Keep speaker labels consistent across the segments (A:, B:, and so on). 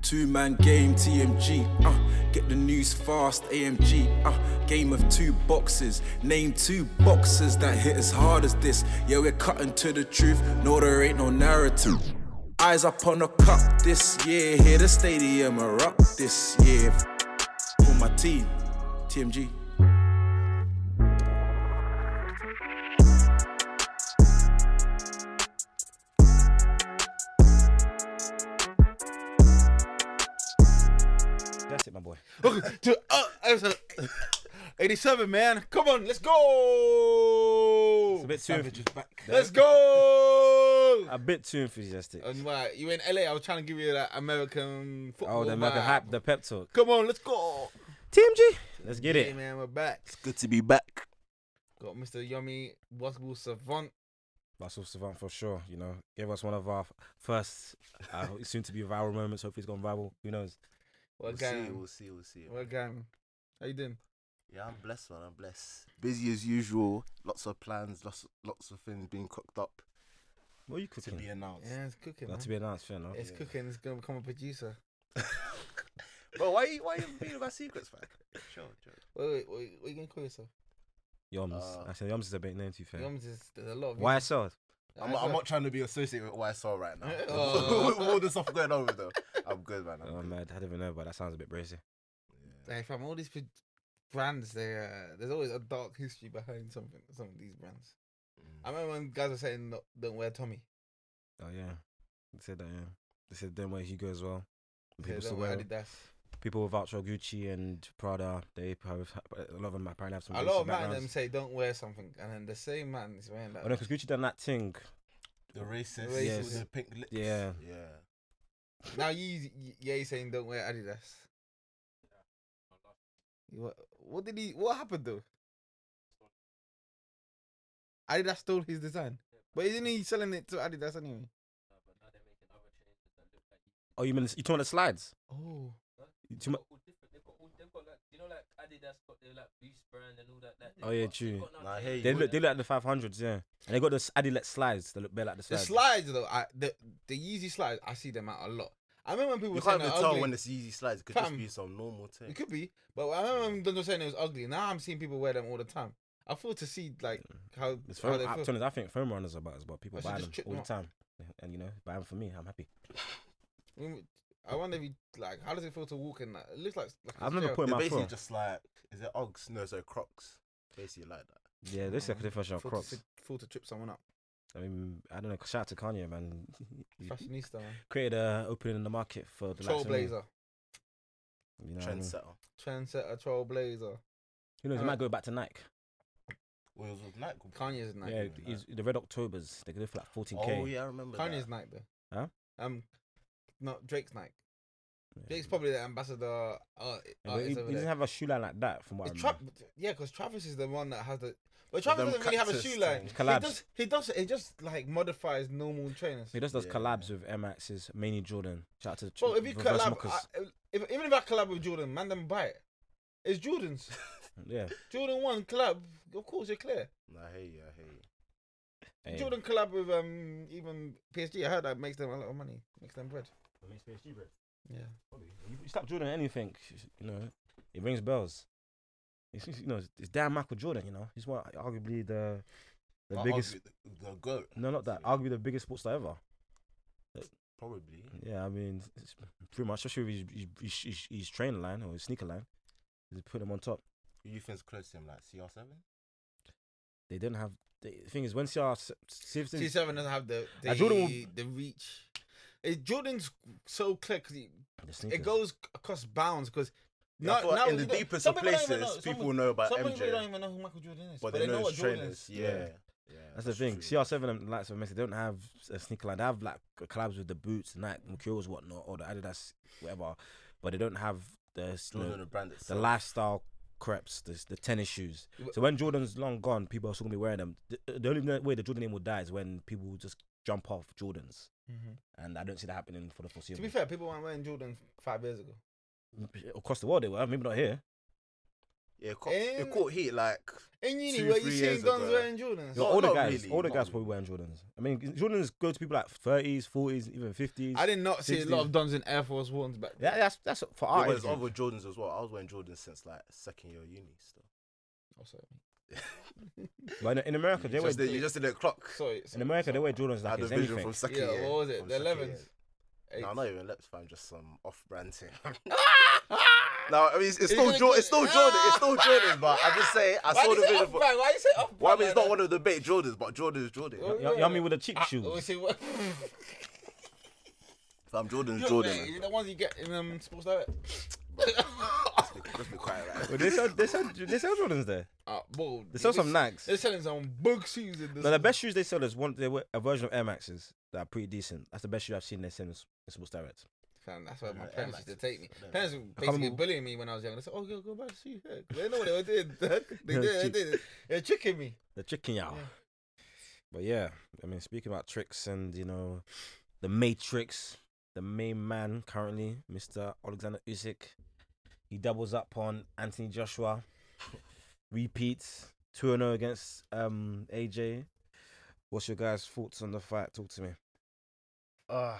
A: Two man game, TMG. Uh, get the news fast, AMG. Uh, game of two boxes. Name two boxes that hit as hard as this. Yeah, we're cutting to the truth. No, there ain't no narrative. Eyes up on the cup this year. Hear the stadium erupt this year. For my team, TMG.
B: That's it, my boy.
C: Welcome to uh, episode 87, man. Come on, let's go.
B: It's a bit too
C: Oh, Savage is back.
B: Yeah.
C: Let's go.
B: A bit too enthusiastic.
C: And why you in LA? I was trying to give you that American football.
B: Oh, the mega
C: vibe.
B: hype, the pep talk.
C: Come on, let's go.
B: TMG, let's get
C: Hey,
B: it.
C: man, we're back.
A: Good to be back.
C: Got Mr. Yummy Basketball Savant.
B: Russell Savant for sure. You know, gave us one of our first, uh, soon to be viral moments. Hopefully, it's gone viral. Who knows?
C: What
D: we'll see,
C: gang?
D: we'll see, we'll see.
C: What gang? How you doing?
D: Yeah, I'm blessed, man. I'm blessed. Busy as usual. Lots of plans, lots, lots of things being cooked up
B: What are you
D: to
B: cooking?
D: be announced.
C: Yeah, it's cooking.
B: Not
C: man.
B: to be announced, fair enough.
C: It's cooking. It's gonna become a producer.
D: Bro, why you, why you being about secrets, man? Sure, sure.
C: Wait, wait, wait what you gonna call yourself?
B: Yums.
D: Uh,
B: Actually, Yums is a big name, too, fair.
C: Yums is there's a lot of
B: Why so?
D: I'm, not- I'm not trying to be associated with YSL right now.
C: Oh.
D: with all the stuff going on with them. I'm good, man. I'm
B: Oh,
D: good.
B: man, I don't even know, but that sounds a bit brazy.
C: Like from all these pro- brands, they uh, there's always a dark history behind something. Some of these brands.
B: Mm.
C: I remember when guys were saying "No, don't wear Tommy.
B: Oh, yeah. They said that, yeah. They said then where Hugo as well. People
C: Yeah,
B: still
C: don't wear
B: wear
C: Adidas.
B: people with Ultra Gucci and Prada. They have a lot of them apparently have some.
C: A
B: racist
C: lot of man
B: backgrounds.
C: them say don't wear something, and then the same man is wearing that.
B: Oh no, because Gucci done that thing.
D: The racist,
C: Yes.
D: with the pink lips.
B: Yeah.
D: Yeah.
C: now you, you- yeah, you saying don't wear Adidas. You What, what did he? What happened though? Adidas stole his design, but isn't he selling it to Adidas anyway?
B: Oh, you mean you talking about the slides?
C: Oh,
B: You talking about- Oh yeah, true.
D: Nah, I hear you.
B: They look, they look like the five hundreds, yeah. And they got the Adilet slides. They look bare like the
C: the
B: slides.
C: slides though, I, the the Yeezy slides, I see them out a lot. I remember when people
D: You
C: were saying
D: can't even
C: they're
D: tell
C: ugly.
D: when it's easy slides. It could
C: Fam.
D: just be some normal
C: It
D: thing.
C: could be, but I remember when Donald saying it was ugly. Now I'm seeing people wear them all the time. I feel to see like how,
B: It's
C: how
B: foam,
C: Oh, they
B: I'm
C: feel.
B: telling you, I think foam runners are about as well. People
C: I should
B: buy
C: just
B: them
C: chip
B: all the
C: them
B: time, and you know, buy them for me. I'm happy.
C: Mm, I wonder if you like how does it feel to walk in that? It looks like, like
B: I've
C: a
B: never
C: jail.
B: put in
D: They're
B: my
D: basically
B: foot.
D: just like, is it Uggs? No, so Crocs. Basically like that.
B: Yeah, this is like a
C: Mm.
B: different version of
C: feel
B: Crocs.
C: To, si- feel to trip someone up.
B: I mean, I don't know. Shout out to Kanye, man. He
C: Fashionista, man.
B: created a opening in the market for the likes of me,
C: Trailblazer,
B: You know, what I mean?
D: Trendsetter.
C: trendsetter, trailblazer.
B: who knows? He
C: Uh,
B: might go back to Nike.
D: Well, it was with Nike.
C: Kanye's night.
B: Yeah,
D: even
B: he's, the Red Octobers. They could do for like fourteen k.
D: Oh yeah, I remember.
C: Kanye's
D: that.
C: night though.
B: Huh?
C: Um, not Drake's night. Drake's probably the ambassador. Uh,
B: Yeah, but he,
C: artist
B: he
C: over
B: doesn't
C: there.
B: have a shoe line like that, from what
C: It's
B: I
C: Tra-
B: remember.
C: yeah, because Travis is the one that has the. But Travis
D: them
C: doesn't really have a
D: cactus
C: shoe line.
D: things.
C: He
B: Collabs.
C: does. He does. He just like modifies normal trainers.
B: He does those
D: Yeah.
B: collabs with Air Maxes, mainly Jordan. Shout out to the
C: Bro, if you
B: reverse
C: collab,
B: mockers.
C: I, if, even if I collab with Jordan, man, then buy it. It's Jordan's.
B: yeah,
C: Jordan One collab. Of course, you're clear.
D: Nah, I hear you. I hear you.
B: hey.
C: Jordan collab with um even PSG. I heard that makes them a lot of money. Makes them bread. Yeah.
B: You stop Jordan at anything, you know, it rings bells. It's, it's, you know, it's damn Michael Jordan. You know, he's one arguably the the
D: I'll
B: biggest.
D: argue the, the goat.
B: No, not that. Arguably the biggest sports star ever.
D: Probably.
B: Yeah, I mean, it's pretty much, especially with his, his, his, his train line or his sneaker line, they put him on top.
D: Who you think's close to him? Like CR7?
B: They didn't have. The thing is, when CR s- s-
C: T seven doesn't have the the,
B: Uh, Jordan will-
C: the reach. It, Jordan's so clear 'cause he
B: the sneakers,
C: it goes across bounds because
D: Yeah, I thought in the deepest of places, people know about
C: some
D: MJ,
C: people don't even know who Michael Jordan is,
D: but they, know
C: what
D: his
C: Jordan
D: trainers.
C: is.
D: Yeah. yeah.
B: That's the thing.
D: true.
B: CR7 and likes of Messi, they don't have a sneaker line. They have like collabs with the boots, Nike, Mercurials, whatnot, or the Adidas, whatever. But they don't have the you
D: Jordan
B: know,
D: the brand
B: the
D: itself.
B: lifestyle crepes, the, the tennis shoes.
C: But-
B: So when Jordan's long gone, people are still gonna be wearing them. The, the only way the Jordan name will die is when people just jump off Jordans, and I don't see that happening for the
C: To
B: foreseeable.
C: be fair, people weren't wearing Jordan five years ago.
B: Across the world, they were maybe not here.
D: Yeah, it caught, it
C: In-
D: caught heat like
C: In uni,
D: Two,
C: were you
D: three
C: seeing
D: years
C: guns
D: ago.
C: wearing Jordans?
B: Yo,
D: Not-
B: all the
D: not
B: guys,
D: really,
B: all the
D: not
B: guys
D: really.
B: probably wearing Jordans. I mean, Jordans go to people like 30s, 40s, even 50s.
C: I did not see a lot
B: 60s.
C: of dons in Air Force Ones back
B: Yeah,
C: then.
B: that's that's for
D: Ah, yeah, but
B: artists.
D: there's other Jordans as well. I was wearing Jordans since like second year of uni still.
C: Also,
B: But in, in America, they
D: You
B: wear
D: just, didn't- you just didn't clock.
C: sorry, sorry,
B: in America they
C: sorry.
B: wear Jordans
D: I
B: like
D: had a
B: it's
D: vision
B: anything.
D: from second
C: Yeah,
D: year.
C: what was it?
D: from
C: The
D: second year.
C: 11s.
D: No,
C: Eights.
D: not even Leps fam, just some off-brand thing. no, I mean it's, it's still
C: gonna
D: Jordan,
C: get-
D: it's still Jordan, it's still Jordan, but I just say I
C: Why
D: saw
C: do
D: the
C: you say
D: vision.
C: off
D: For,
C: brand? Why you say off
D: well, I
C: brand
D: mean it's
C: like
D: not one of the big Jordans, but Jordan is Jordan.
C: Oh,
B: You know what I mean with the cheap
C: that? Ah, oh, you
B: shoes.
C: say what?
D: Fam, Jordan's
C: Yo,
D: Jordan.
C: mate,
D: man,
C: you the ones you get in um, Sports Direct.
D: fam. Let's be- let's be quiet, right?
B: Well, they sell they sell they sell Jordans there.
C: Ah, bro,
B: They sell some
C: this-
B: Nikes.
C: They're selling some bug shoes in this.
B: No, the best shoes they sell is one. They were a version of Air Maxes that are pretty decent. That's the best shoe I've seen they sell in, S- in Sports Direct.
C: Fam, that's where my
D: Yeah,
C: parents used to
D: Air Maxes.
C: take me.
D: I don't
C: Parents were basically
B: remember-
C: bullying me when I was young. They said, "Oh, go go buy a shoe." yeah." They didn't know what they were doing. they
B: Yeah,
C: did. They
B: cheap.
C: did. They're tricking me.
B: They're tricking y'all.
C: Yeah.
B: But yeah, I mean, speaking about tricks and you know, the Matrix, the main man currently, Mister Alexander Usyk, he doubles up on Anthony Joshua, repeats two and zero against um AJ. What's your guys' thoughts on the fight? Talk to me.
D: Uh,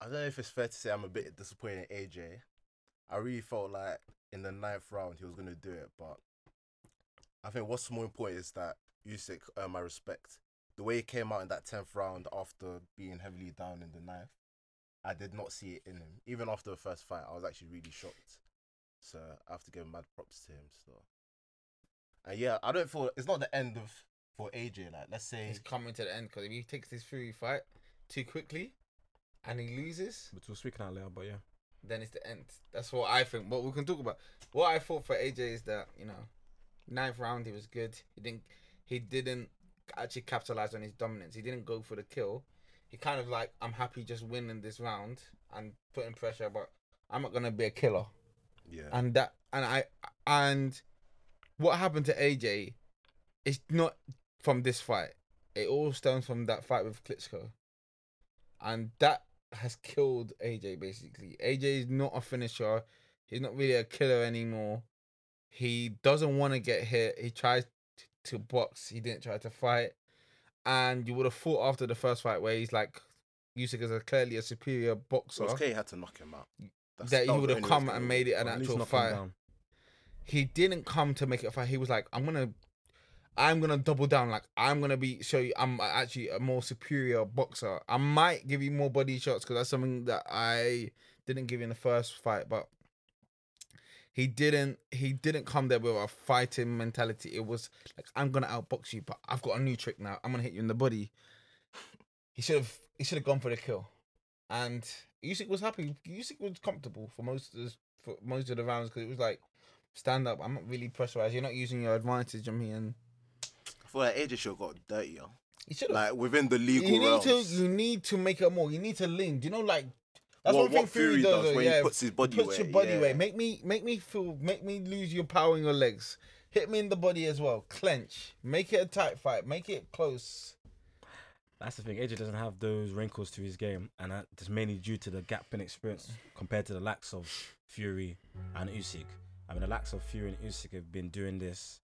D: I don't know if it's fair to say I'm a bit disappointed in AJ. I really felt like in the ninth round he was gonna do it, but I think what's more important is that Usyk earned my respect. The way he came out in that tenth round after being heavily down in the ninth, I did not see it in him. Even after the first fight, I was actually really shocked. So I have to give mad props to him still. And yeah, I don't feel it's not the end of for AJ. Like let's say
C: He's coming to the end because if he takes this Fury fight too quickly and he loses,
B: But we're speaking out loud, but yeah.
C: then it's the end. That's what I think. What we can talk about. What I thought for AJ is that you know, ninth round he was good. He didn't. He didn't actually capitalize on his dominance. He didn't go for the kill. He kind of like I'm happy just winning this round and putting pressure, but I'm not gonna be a killer.
D: yeah.
C: And that and I and what happened to AJ is not from this fight. It all stems from that fight with Klitschko. And that has killed AJ basically. AJ is not a finisher. He's not really a killer anymore. He doesn't want to get hit. He tries t- to box. He didn't try to fight. And you would have thought after the first fight where he's like Usyk is a clearly a superior boxer
D: It was K had to knock him out.
C: Mm.
D: That's-
C: that he
D: was
C: would
D: the
C: have
D: only way
C: come
D: to get
C: and
D: over
C: made it an
B: Or at least
C: actual
B: knock him
C: fight.
B: down.
C: He didn't come to make it a fight. He was like, I'm gonna, I'm gonna double down. Like I'm gonna be show you I'm actually a more superior boxer. I might give you more body shots because that's something that I didn't give in the first fight, but. He didn't. He didn't come there with a fighting mentality. It was like I'm gonna outbox you, but I've got a new trick now. I'm gonna hit you in the body. He should have. He should have gone for the kill, and Usyk was happy. Usyk was comfortable for most of the, for most of the rounds because it was like stand up. I'm not really pressurized. You're not using your advantage on me, and
D: I feel like AJ should have got dirtier.
C: you should have.
D: Like within the
C: you
D: legal
C: need
D: realms.
C: to. You need to make it more. You need to lean. Do you know like? That's
D: what,
C: one thing
D: what Fury does,
C: though,
D: when
C: yeah.
D: he puts his body
C: Put
D: weight.
C: your body
D: yeah.
C: weight. Make me make me feel make me lose your power in your legs. Hit me in the body as well. Clench. Make it a tight fight. Make it close.
B: That's the thing. AJ doesn't have those wrinkles to his game, and that- that's mainly due to the gap in experience compared to the lacks of Fury and Usyk. I mean, the lacks of Fury and Usyk have been doing this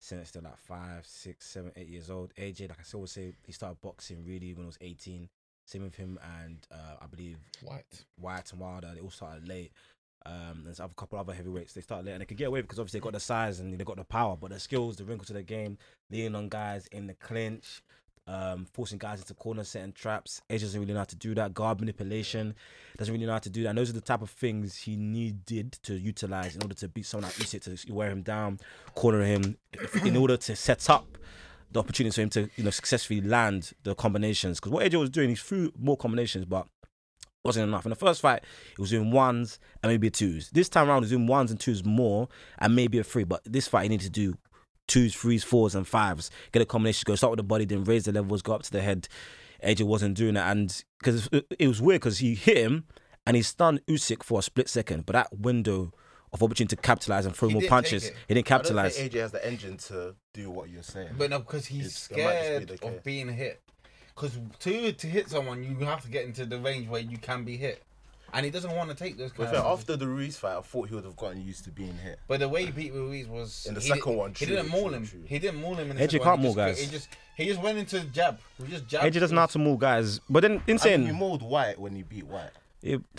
B: since they're like five, six, seven, eight years old. AJ, like I always say, he started boxing really when he was 18. Same with him and uh, I believe
C: White.
B: White and Wilder. They all started late. Um, there's a couple other heavyweights. They started late and they could get away because obviously they got the size and they got the power, but the skills, the wrinkles of the game, leaning on guys in the clinch, um, forcing guys into corners, setting traps. Edge doesn't really know how to do that. Guard manipulation doesn't really know how to do that. And those are the type of things he needed to utilize in order to beat someone like Usyk to wear him down, corner him, in order to set up the opportunity for him to you know successfully land the combinations. Because what AJ was doing, he threw more combinations, but wasn't enough. In the first fight, it was doing ones and maybe a twos. This time around, it was doing ones and twos more and maybe a three. But this fight, he needed to do twos, threes, fours, and fives. Get a combination, go start with the body, then raise the levels, go up to the head. AJ wasn't doing that. And because it was weird because he hit him and he stunned Usyk for a split second. But that window of opportunity to capitalize and throw
C: He
B: more
C: didn't take
B: punches,
C: it.
B: he didn't
D: I don't think
B: capitalize.
D: AJ has the engine to do what you're saying.
C: But no, because he's
D: It's- it might just be
C: scared
D: the case.
C: of being hit. Because to to hit someone, you have to get into the range where you can be hit. and he doesn't want to take those.
D: But
C: Kind
D: fair,
C: of
D: after the Ruiz fight, I thought he would have gotten used to being here.
C: but the way he beat Ruiz was
D: In the
C: he
D: second
C: did-
D: one,
C: He
D: true,
C: didn't maul
D: true,
C: him.
D: true.
C: He didn't maul him in the
B: Edge, you
C: second one.
B: can't
C: He
B: maul guys.
C: just- He just he just went into jab. He just jab.
B: Edge doesn't know how to move guys. But then
D: And he
B: insane.
D: mauled White when he beat White.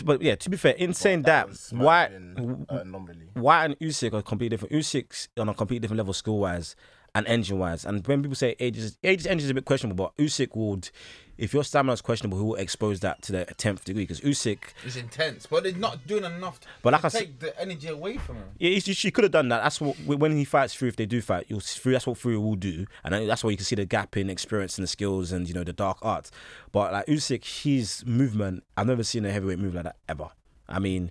B: but yeah, to be fair,
D: but
B: insane
D: that
B: that,
D: was
B: White,
D: an uh, anomaly.
B: White and Usyk are completely different. Usyk's on a completely different level skill wise and engine wise. And when people say ages, ages engine is a bit questionable, but Usyk would, if your stamina is questionable, he will expose that to the tenth degree because Usyk.
C: It's intense, but they're not doing enough.
B: But
C: But
B: like
C: to
B: I said-
C: take the energy away from him.
B: Yeah, he, she could have done that. That's what when he fights through. If they do fight, you'll through. That's what Fury will do, and then that's why you can see the gap in experience and the skills and you know the dark arts. But like Usyk, his movement, I've never seen a heavyweight move like that ever. I mean,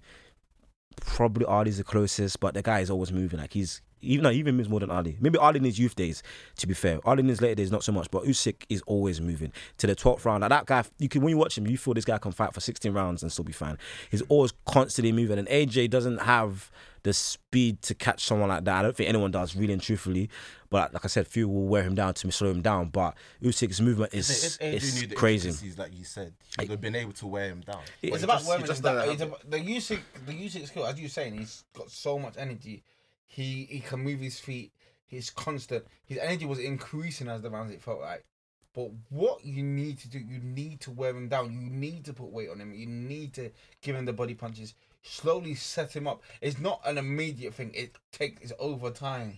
B: probably Ali's the closest, but the guy is always moving. Like he's even no, he even moves more than Ali. Maybe Ali in his youth days, to be fair. Ali in his later days, not so much. But Usyk is always moving to the twelfth round. Like that guy, you can when you watch him, you feel this guy can fight for sixteen rounds and still be fine. He's always constantly moving, and AJ doesn't have the speed to catch someone like that. I don't think anyone does, really and truthfully. But like I said, few will wear him down to slow him down. But Usyk's movement is
D: If AJ
B: is
D: knew the
B: crazy.
D: intricacies, like you said, he would have been able to wear him down. But
C: It's
D: he
C: about
D: just- he
C: wearing
D: just
C: him down.
D: doesn't
C: It's
D: have
C: about, the Usyk, the Usyk skill, as you're saying, he's got so much energy. He he can move his feet. He's constant. His energy was increasing as the rounds. It felt like. But what you need to do, you need to wear him down. You need to put weight on him. You need to give him the body punches. Slowly set him up. It's not an immediate thing. It takes it's over time.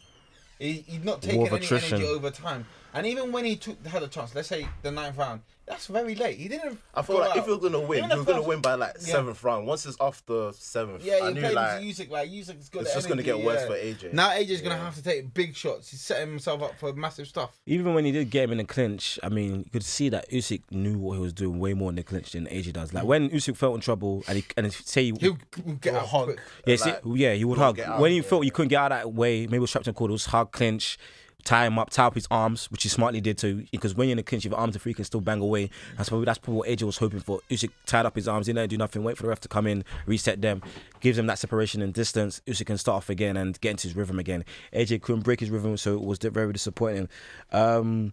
C: He, he's not taking
B: War of
C: any
B: attrition.
C: energy over time. And even when he took had a chance, let's say the ninth round, that's very late. He didn't.
D: I feel
C: go
D: like if
C: out.
D: you're gonna win,
C: Even the
D: you're gonna
C: first-
D: win by like
C: Yeah.
D: seventh round. Once it's after seventh,
C: Yeah,
D: I
C: he
D: knew
C: played
D: like
C: music like Usyk's got.
D: it's
C: the
D: just gonna get
C: energy,
D: worse
C: yeah.
D: for AJ.
C: Now AJ's gonna
D: Yeah.
C: have to take big shots. He's setting himself up for massive stuff.
B: even when he did get him in the clinch, I mean, you could see that Usyk knew what he was doing way more in the clinch than AJ does. Like when Usyk felt in trouble and he and he, say he,
C: He'll, he'll get
D: Or
C: out
D: hug.
C: quick.
B: yeah, see-
D: Like,
B: yeah, he would
D: couldn't
B: hug
D: get out,
B: when he
D: yeah.
B: felt he couldn't get out of that way. Maybe it was trapped in quarters, hard clinch. Tie him up, tie up his arms, which he smartly did too, because when you're in the clinch, if your arms are free, you can still bang away. That's probably that's probably what AJ was hoping for. Usyk tied up his arms, didn't let him do nothing, wait for the ref to come in, reset them, gives him that separation and distance. Usyk can start off again and get into his rhythm again. AJ couldn't break his rhythm, so it was very disappointing. Um,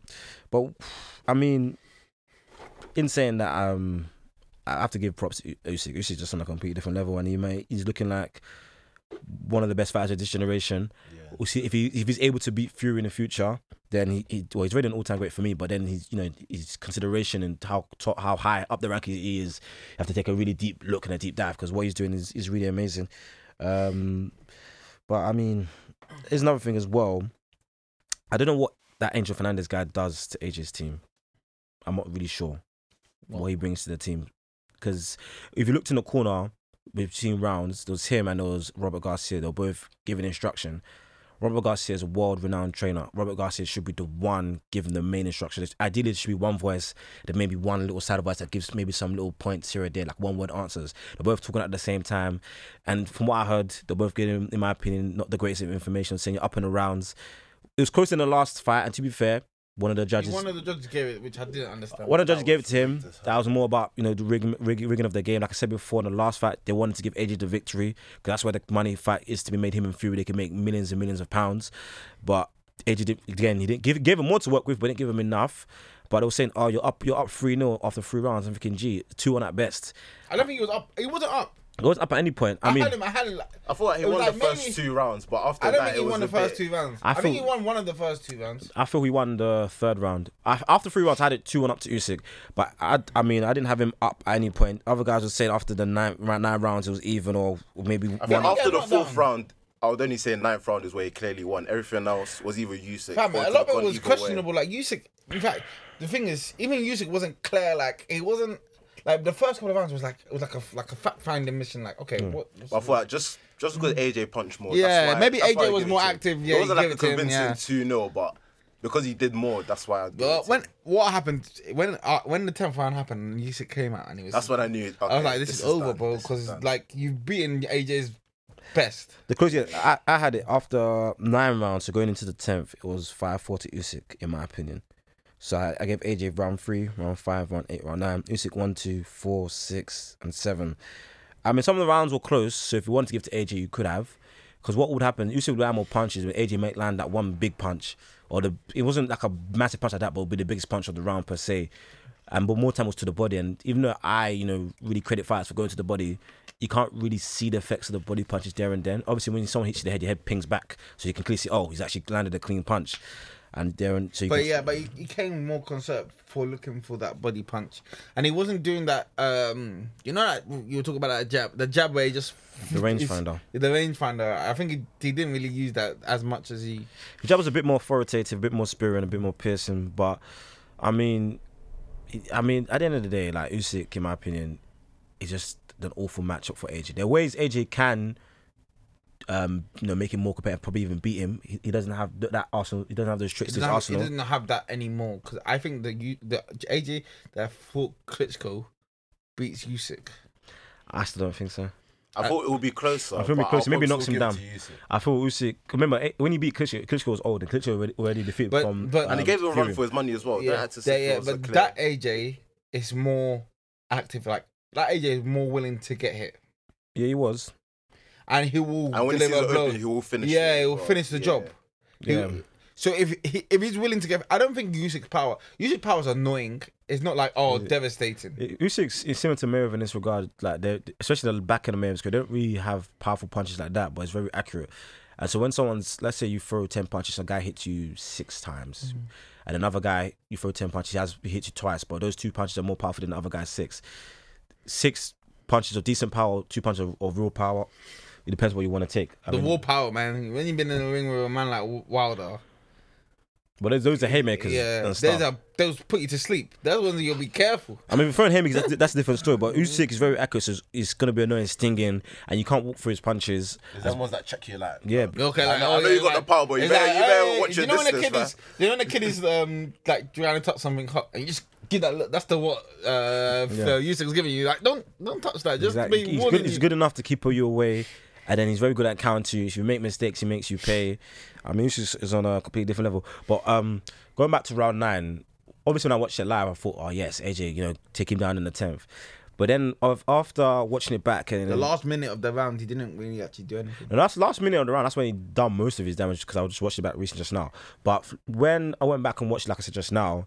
B: but I mean, in saying that, um, I have to give props to U- Usyk. Usyk's just on a completely different level, and he may, he's looking like one of the best fighters of this generation.
D: Yeah.
B: We'll see if he if he's able to beat Fury in the future, then he, he well he's already an all time great for me. But then he's you know his consideration and how top, how high up the rank he is, you have to take a really deep look and a deep dive because what he's doing is is really amazing. Um, but I mean, there's another thing as well. I don't know what that Angel Fernandez guy does to AJ's team. I'm not really sure what he brings to the team. Because if you looked in the corner between rounds, there was him and there was Robert Garcia. They were both giving instruction. Robert Garcia is a world renowned trainer. Robert Garcia should be the one giving the main instruction. It's- Ideally, it should be one voice, then maybe one little side voice that gives maybe some little points here or there, like one word answers. They're both talking at the same time. And from what I heard, they're both getting, in my opinion, not the greatest of information, saying up in the rounds. It was close in the last fight, and to be fair, one of the judges
C: One of the judges gave it, which I didn't understand.
B: one of the judges
D: That
B: gave it
D: was
B: to him.
D: ridiculous.
B: That was more about you know the rigging, rigging, rigging of the game. Like I said before, in the last fight, they wanted to give AJ the victory because that's where the money fight is to be made. Him and Fury, they can make millions and millions of pounds, but AJ did, again he didn't give gave him more to work with, but didn't give him enough. But they were saying, oh, you're up, you're up three 0 after three rounds. I'm thinking, gee, two one at best.
C: I don't think he was up. He wasn't up.
B: It was up at any point. I,
C: I,
B: mean,
C: had him. I had him. like-
D: I thought he
C: It was
D: won
C: like
D: the first
C: maybe-
D: two rounds, but after
C: I don't
D: that,
C: think he
D: it
C: won the
D: was a
C: first
D: bit-
C: two rounds.
B: I
C: I, think he
B: thought-
C: won one of the first two rounds.
B: I feel we won the third round. I, after three rounds, I had it two one up to Usyk, but I, I mean, I didn't have him up at any point. Other guys were saying after the nine, nine rounds, it was even or maybe
D: I
B: one
D: think
C: he
D: after
C: get
D: the
C: knocked
D: fourth
C: down?
D: round, I would only say ninth round is where he clearly won. Everything else was either Usyk.
C: Fam,
D: or
C: a lot
D: could have
C: of it
D: gone
C: was
D: either way.
C: questionable. Like Usyk, in fact, the thing is, even Usyk wasn't clear. Like it wasn't like the first couple of rounds was like it was like a like a fact finding mission. Like okay,
D: Hmm.
C: what? what's
D: But I thought just just because AJ punched more.
C: Yeah,
D: that's why,
C: maybe
D: that's why
C: AJ
D: I
C: was
D: give it
C: more
D: to him.
C: active, yeah,
D: it
C: you give
D: wasn't like a
C: it to him,
D: convincing
C: yeah.
D: two 0 but because he did more, that's why. I gave it
C: Well,
D: to
C: when
D: him.
C: what happened when uh, when the tenth round happened, and Usyk came out and he was.
D: that's when I knew. Okay,
C: I was like, "This, is, over,
D: done,
C: bro,"
D: this is
C: because
D: done.
C: like you've beaten AJ's best.
B: The closest I, I had it after nine rounds, so going into the tenth, it was five four to Usyk, in my opinion. So I, I gave AJ round three, round five, round eight, round nine. Usyk one, two, four, six, and seven. I mean, some of the rounds were close, so if you wanted to give to AJ, you could have. Because what would happen? Usyk would land more punches, but AJ might land that one big punch, or the it wasn't like a massive punch like that, but it would be the biggest punch of the round per se. and but more time was to the body. And even though I, you know, really credit fights for going to the body, you can't really see the effects of the body punches there and then. Obviously, when someone hits you in the head, your head pings back, so you can clearly see, oh, he's actually landed a clean punch, and there and so. You
C: But
B: can,
C: yeah, but he, he came more concerned for looking for that body punch, and he wasn't doing that. Um, you know that you were talking about that jab, the jab where he just
B: The rangefinder.
C: is- the rangefinder. I think he, he didn't really use that as much as he.
B: The jab was a bit more authoritative, a bit more spearing, a bit more piercing. But I mean, I mean, at the end of the day, like Usyk, in my opinion, is just an awful matchup for AJ. There are ways AJ can, um, you know, make him more competitive, probably even beat him. He, he doesn't have th- that Arsenal. He doesn't have those tricks.
C: He
B: This
C: doesn't, have, he
B: Arsenal.
C: doesn't have that anymore because I think the U- the AJ that fought Klitschko beats Usyk.
B: I still don't think so.
D: I thought it would be closer.
B: I think it'd be
D: but
B: closer.
D: I'll
B: Maybe
D: probably
B: knocks
D: still
B: him
D: give it
B: down.
D: to Usyk.
B: I thought Usyk. Remember eh, when he beat Klitschko? Klitschko was old, and Klitschko already, already defeated
C: But-
B: from. um,
C: but-
D: And he gave him a run
B: Fury.
D: for his money as well. Don't
C: yeah,
D: have Oh, to
C: yeah,
D: sit
C: yeah
D: for
C: but
D: Sinclair.
C: that AJ is more active. Like that AJ is more willing to get hit,
B: Yeah, he was.
C: and he will
D: and when he sees
C: deliver
D: it
C: blows.
D: open, he will finish.
C: yeah,
D: it
C: he
D: as
C: will
D: well.
C: finish the
D: Yeah.
C: job. He-
B: Yeah.
C: so if he, if he's willing to get, I don't think Usyk's power. Usyk's power is annoying. It's not like oh devastating.
B: It- Usyk's is similar to Merov in this regard. Like they, especially the back end of Meriv's, they don't really have powerful punches like that, but it's very accurate. And so when someone's, let's say you throw ten punches, a guy hits you six times,
C: Mm-hmm.
B: and another guy you throw ten punches, he has he hits you twice, but those two punches are more powerful than the other guy's six. Six punches of decent power, two punches of, of real power. It depends what you want to take. I
C: the
B: mean,
C: war power, man. When you've been in the ring with a man like Wilder,
B: but those, those are haymakers.
C: yeah,
B: and
C: those
B: stuff.
C: are those put you to sleep. Those ones you'll be careful.
B: I mean, referring him because that's, that's a different story. But Usyk is very accurate. So it's, it's going to be annoying, stinging, and you can't walk through his punches.
D: There's them ones that check you like.
B: Yeah,
C: Okay, like,
D: know- I
C: oh,
D: know
C: yeah,
D: you got
C: like-
D: the power, but you
C: it's
D: better- you better
C: hey,
D: watch your
C: you know when the
D: distance,
C: kid is, you know when the kid is um like trying to touch something hot, and you just give that look. That's the what uh
B: Yeah.
C: Usyk was giving you. Like don't don't touch that. Just
B: Exactly.
C: be
B: He's
C: warning
B: good, he's
C: you.
B: good enough to keep you away, and then he's very good at counter you. If you make mistakes, he makes you pay. I mean, this is, is on a completely different level. But um, going back to round nine, obviously when I watched it live, I thought, oh yes, AJ, you know, take him down in the tenth. But then of- after watching it back and
C: The last minute of the round, he didn't really actually do anything.
B: and that's last minute of the round. That's when he done most of his damage because I just watched it back recently just now. But f- when I went back and watched, like I said just now,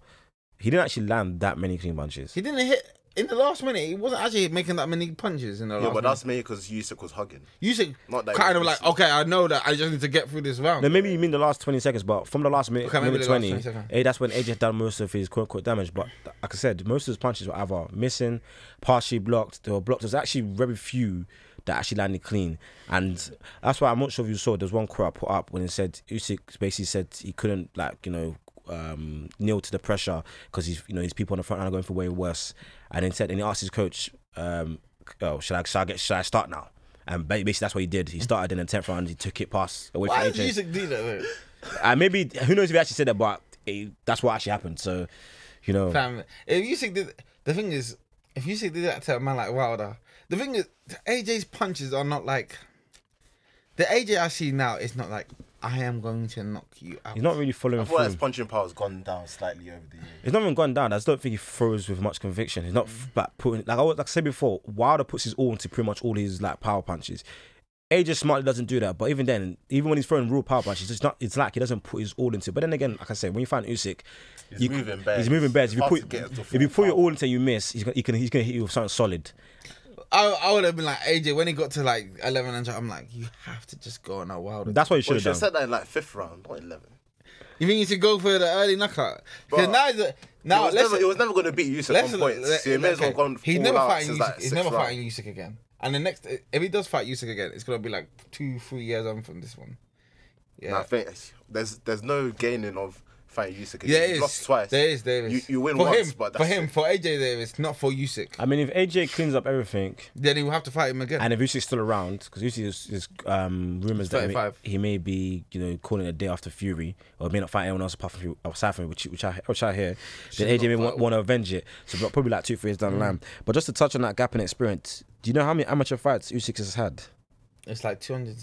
B: he didn't actually land that many clean punches.
C: He didn't hit in the last minute. He wasn't actually making that many punches in the
D: Yeah,
C: last.
D: but
C: minute.
D: that's me because Usyk was hugging.
C: you should
D: Not that
C: kind
D: he-
C: of like okay, I know that I just need to get through this round.
B: No, maybe you mean the last 20 seconds, but from the last minute,
C: Okay, maybe
B: minute
C: the last
B: 20,
C: 20 seconds.
B: eh, that's when AJ had done most of his quote unquote damage. But th- like I said, most of his punches were either missing, partially blocked, they were blocked. There's actually very few that actually landed clean. And that's why I'm not sure if you saw, there's one quote I put up when it said, Usyk basically said he couldn't, like, you know, um, kneel to the pressure because he's, you know, his people on the front line are going for way worse. And then said, and he asked his coach, um, oh, should I, should I get, should I start now? And ba- basically, that's what he did. He started in the tenth round. He took it past away
C: Why
B: from AJ.
C: did Usyk do that? though?
B: Uh, maybe who knows if he actually said that, but it, that's what actually happened. So, you know,
C: Fam, if Usyk did the thing is, if Usyk did that to a man like Wilder, the thing is, AJ's punches are not like the AJ I see now is not like I am going to knock you out.
B: he's not really following
D: I feel like his
B: through.
D: punching power has gone down slightly over the years.
B: He's not even gone down. I just don't think he throws with much conviction. He's not
D: Mm.
B: f- like putting like I was like I said before. Wilder puts his all into pretty much all his like power punches. AJ smartly doesn't do that, but even then, even when he's throwing real power punches, it's not. It's like he doesn't put his all into. it. But then again, like I said, when you find Usyk,
D: He's
B: you-
D: moving bears.
B: He's moving bears. If
D: It's
B: you
D: hard
B: put
D: to get to
B: if you
D: full
B: put your
D: power.
B: all into, you miss. He's gonna, he can he's gonna hit you with something solid.
C: I, I would have been like AJ when he got to like eleven and I'm like, you have to just go on a Wilder.
B: That's what he
D: Well, you
B: should
D: should have
B: have done.
D: said that in like fifth round, not eleven.
C: you think you should go for the early knockout? 'Cause
D: Bruh.
C: now, he's a-
D: No,
C: now
D: it was,
C: let's
D: never, it was never going to beat Usyk
C: let's
D: on points.
C: let-
D: so you may as well
C: okay.
D: gone
C: He's
D: all
C: never
D: out
C: fighting
D: since
C: Usyk.
D: like
C: he's
D: sixth
C: never
D: round.
C: fighting Usyk again. And the next, if he does fight Usyk again, it's gonna be like two, three years on from this one. Yeah.
D: Nah, I think there's there's no gaining of fighting Usyk. Again.
C: There
D: You've
C: is.
D: lost twice.
C: There is. There
D: You,
C: is.
D: you win
C: for
D: once,
C: him,
D: but
C: for
D: that's
C: him,
D: it.
C: for AJ there is not for Usyk.
B: I mean, if AJ cleans up everything,
C: Then he will have to fight him again.
B: And if Usyk's still around, because Usyk is, is um, rumors that he may,
C: 35.
B: he may be, you know, calling it a day after Fury, or may not fight anyone else apart from Fury, outside from him, which which I which I hear. then AJ may
C: not
B: want,
C: fight.
B: want to avenge it, so pro- probably like two three years down
C: Mm.
B: the line. But just to touch on that gap in experience, do you know how many amateur fights Usyk has had?
C: it's like two hundred.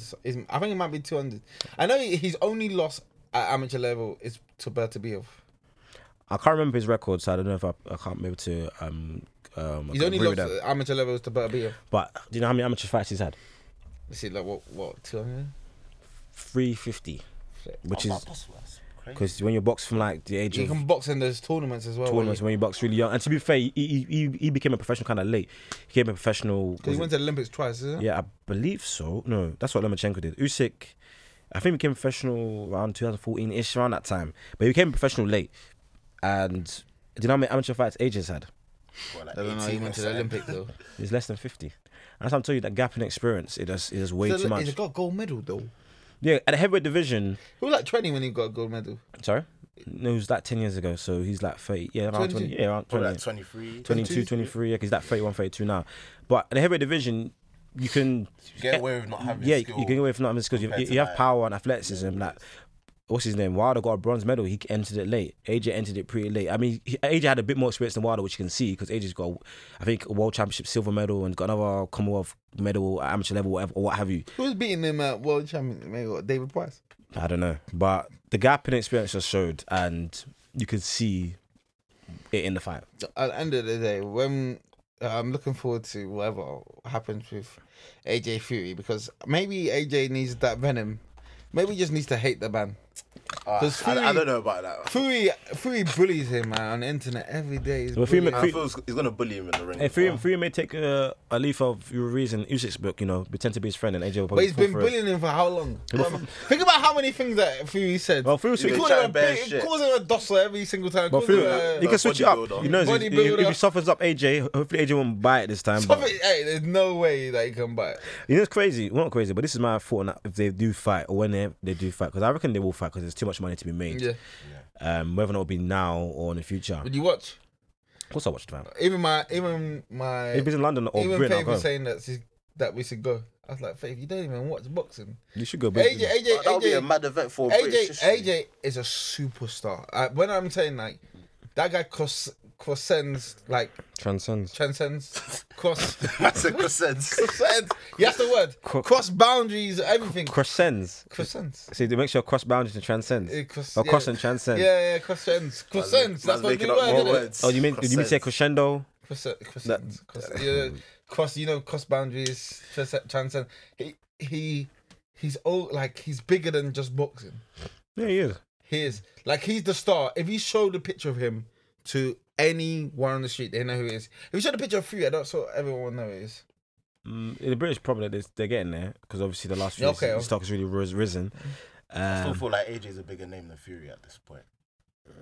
C: I think it might be two hundred. I know he- he's only lost at amateur level is to Bertabiev.
B: I can't remember his record, so I don't know if I, I can't be able to. Um, um,
C: He's only
B: agree with
C: lost
B: that.
C: at amateur level is to Bertabiev.
B: But do you know how many amateur fights he's had?
C: Let's see, like what, what two hundred?
B: Three fifty, which is
C: Oh,
D: That's what I said. crazy.
B: because when you box from like the age
C: You
B: of
C: can box in those tournaments as well.
B: tournaments, when you box really young, and to be fair, he he, he, he became a professional kind of late. He became a professional.
C: Because
B: was
C: he
B: it-
C: went to the Olympics twice, isn't it?
B: Yeah, I believe so. No, that's what Lomachenko did. Usyk, I think he became professional around 2014 ish, around that time. But he became professional late. And do you know how many amateur fights Ages had?
D: Got, like,
C: I don't know. He
D: 18 or
C: went to the
D: something.
C: Olympics though.
B: It's less than 50. And that's how I'm telling you that gap in experience, it does, it does way
C: He's
B: too
C: a-
B: much.
C: He's got a gold medal though.
B: Yeah, at the heavyweight division,
C: He was like 20 when he got a gold medal.
B: sorry, no, it was like 10 years ago. So he's like 30, yeah, around 20,
C: 20.
B: yeah, around 20.
D: Probably like 23.
B: 22, 23, yeah, 'cause he's like 31, 32 now. But at the heavyweight division, you can
D: Get away with not having
B: yeah,
D: skill.
B: you can go away from nothing because you,
D: compared
B: you,
D: to
B: you have
D: like-
B: power and athleticism. Like, what's his name? Wilder got a bronze medal. He entered it late. AJ entered it pretty late. I mean, he, AJ had a bit more experience than Wilder, which you can see because AJ's got, I think, a world championship silver medal and got another Commonwealth medal at amateur level, whatever, or what have you.
C: Who was beating him at world champion? Maybe what, David Price.
B: I don't know, but the gap in experience just showed, and you could see it in the fight.
C: At the end of the day, when uh, I'm looking forward to whatever happens with AJ Fury because maybe AJ needs that venom. Maybe he just needs to hate the man.
D: Uh,
C: 'Cause
D: I, I
C: Fury-
D: don't know about that.
C: Fury, Fury bullies him man, on the internet every day. He's
B: Well, Fury
C: bullying
B: Ma-
D: I feel he's going to bully him in the ring.
B: If Fury, Fury may take a, a leaf of Uri's and Usyk's book, you know, pretend to be his friend, and AJ will
C: But
B: probably.
C: he's
B: fall
C: been
B: for it.
C: bullying him for how long? Um, think about how many things that Fury said.
B: Well, Fury was
C: he
D: been
C: calls him a
D: chatting bare
C: big, he
D: shit.
C: calls him a dosser every single time.
B: But
C: calls
B: Fury,
C: him a-
B: he can switch it up.
D: bodybuilder.
B: He knows if, if- if he
C: uh, Bodybuilder.
B: softens up AJ, hopefully AJ won't buy it this time. but-
C: Something- hey, there's no way that he can buy it.
B: you know, it's crazy. Well, not crazy, but this is my thought on that if they do fight or when they, they do fight, because I reckon they will fight because there's too much money to be made.
C: Yeah.
B: Um, whether or not it'll be now or in the future.
C: Would you watch?
B: Of course, I watched the fight.
C: Even my, even my,
B: If it's
C: even
B: in London or
C: Faith
B: Britain, I'll go.
C: was saying that she's, that we should go. I was like, Faith, you don't even watch boxing.
B: You should go.
C: AJ,
B: Britain.
C: AJ,
D: that would be a
C: AJ,
D: mad event for British
C: AJ,
D: history.
C: AJ is a superstar. Uh, when I'm saying like, that guy cross transcends like
B: Transcends.
C: transcends cross.
D: That's a good sense.
C: Crossends. Yes, the word.
B: Cro-
C: cross boundaries, everything.
B: Crossends.
C: Crossends.
B: See, they make sure cross boundaries and transcends.
C: Eh, cross-
D: Oh,
B: or
C: yeah.
B: cross and transcend.
C: Yeah, yeah, crossends. Crossends. That's what
D: Man's
C: new
D: making up
C: word,
D: more
C: isn't it?
D: words.
B: Oh, you mean you mean say crescendo?
C: Cross, crossends. Cross, yeah, cross. You know, cross boundaries. Transcend. transcend. He, he, he's all like he's bigger than just boxing.
B: Yeah, he is.
C: He is like he's the star. If you show the picture of him to anyone on the street, they know who he is. If you show the picture of Fury, I don't so everyone will know who he is.
B: Mm, the British probably they're, they're getting there because obviously the last few
C: Yeah,
B: years
C: okay.
B: the stock has really ris- risen.
D: I still
B: Um,
D: feel like AJ is a bigger name than Fury at this point,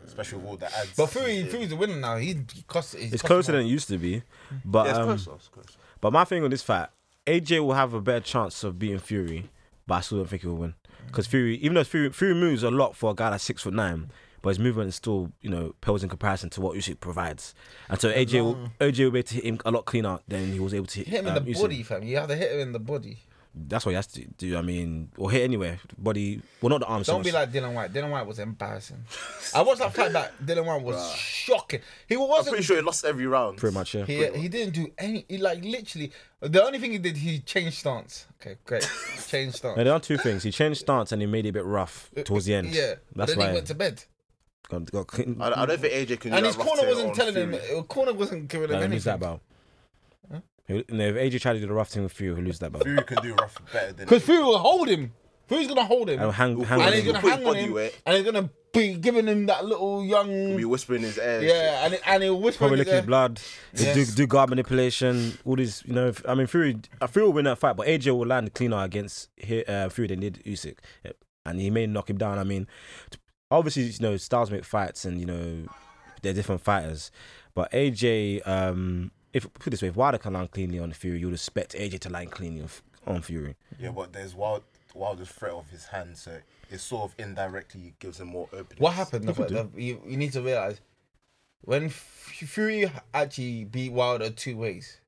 D: especially with all the ads.
C: But Fury,
D: he's doing.
C: Fury's a winner now. He, he cost.
B: it's closer than it used to be, but
D: Yeah, it's
B: um,
D: closer, it's closer.
B: but my thing on this fight, AJ will have a better chance of beating Fury, but I still don't think he will win
C: Mm.
B: because Fury, even though Fury, Fury moves a lot for a guy that's six foot nine, but his movement is still you know pales in comparison to what Usyk provides, and so AJ will, AJ will be able to hit him a lot cleaner than he was able to hit,
C: Mm. Hit him in
B: um,
C: the
B: Usyk.
C: body, fam. You have to hit him in the body.
B: That's what he has to do. I mean, or hit anywhere, body. Well, not the arms.
C: Don't be like Dylan White. Dylan White was embarrassing. I watched that fight back. Dylan White was shocking. He
D: I'm
C: wasn't.
D: pretty sure he lost every round.
B: pretty much. Yeah.
C: He, he didn't do any. He like literally. The only thing he did, he changed stance. Okay, great. Changed
B: No,
C: stance.
B: there are two things. He changed stance and he made it a bit rough towards the end.
C: Uh, Yeah.
B: that's
C: then
B: why.
C: he went to bed.
B: got, got,
D: I, I don't think AJ can. do
C: And
D: that
C: his
D: rough
C: corner
D: tear
C: wasn't
D: on
C: telling him.
D: Fury.
C: uh, Corner wasn't giving him
B: no, he
C: anything.
B: lose that bout. He- No, if AJ tried to do the rough thing with Fury, he'll lose that bout.
D: Fury can do rough better than.
C: Because Fury will hold him. Fury's gonna hold him.
B: And hang, hang on
C: and
D: Who put
C: he's
B: him.
D: his-
C: gonna
D: who put
C: hang
D: his
C: on
D: body
C: him.
D: weight?
C: And he's gonna be giving him that little young.
D: Be whispering in his ear. and shit.
C: Yeah, and, and he'll whisper.
B: Probably
C: in
B: lick
C: his
B: his
C: ear.
B: blood, do
C: Yes.
B: do guard manipulation, all these. You know, I mean, Fury. uh, Fury will win that fight, but AJ will land cleaner against Hi- uh, Fury than did Usyk, Yeah. and he may knock him down. I mean, t- obviously, you know, styles make fights, and you know, they're different fighters. But AJ, um, if put it this way, if Wilder can land cleanly on Fury, you'd expect AJ to land cleanly on F- on Fury.
D: Yeah, but there's wild, Wilder's threat of his hand, so it sort of indirectly gives him more opening.
C: What happened? though, though, you, you need to realize when F- Fury actually beat Wilder two ways.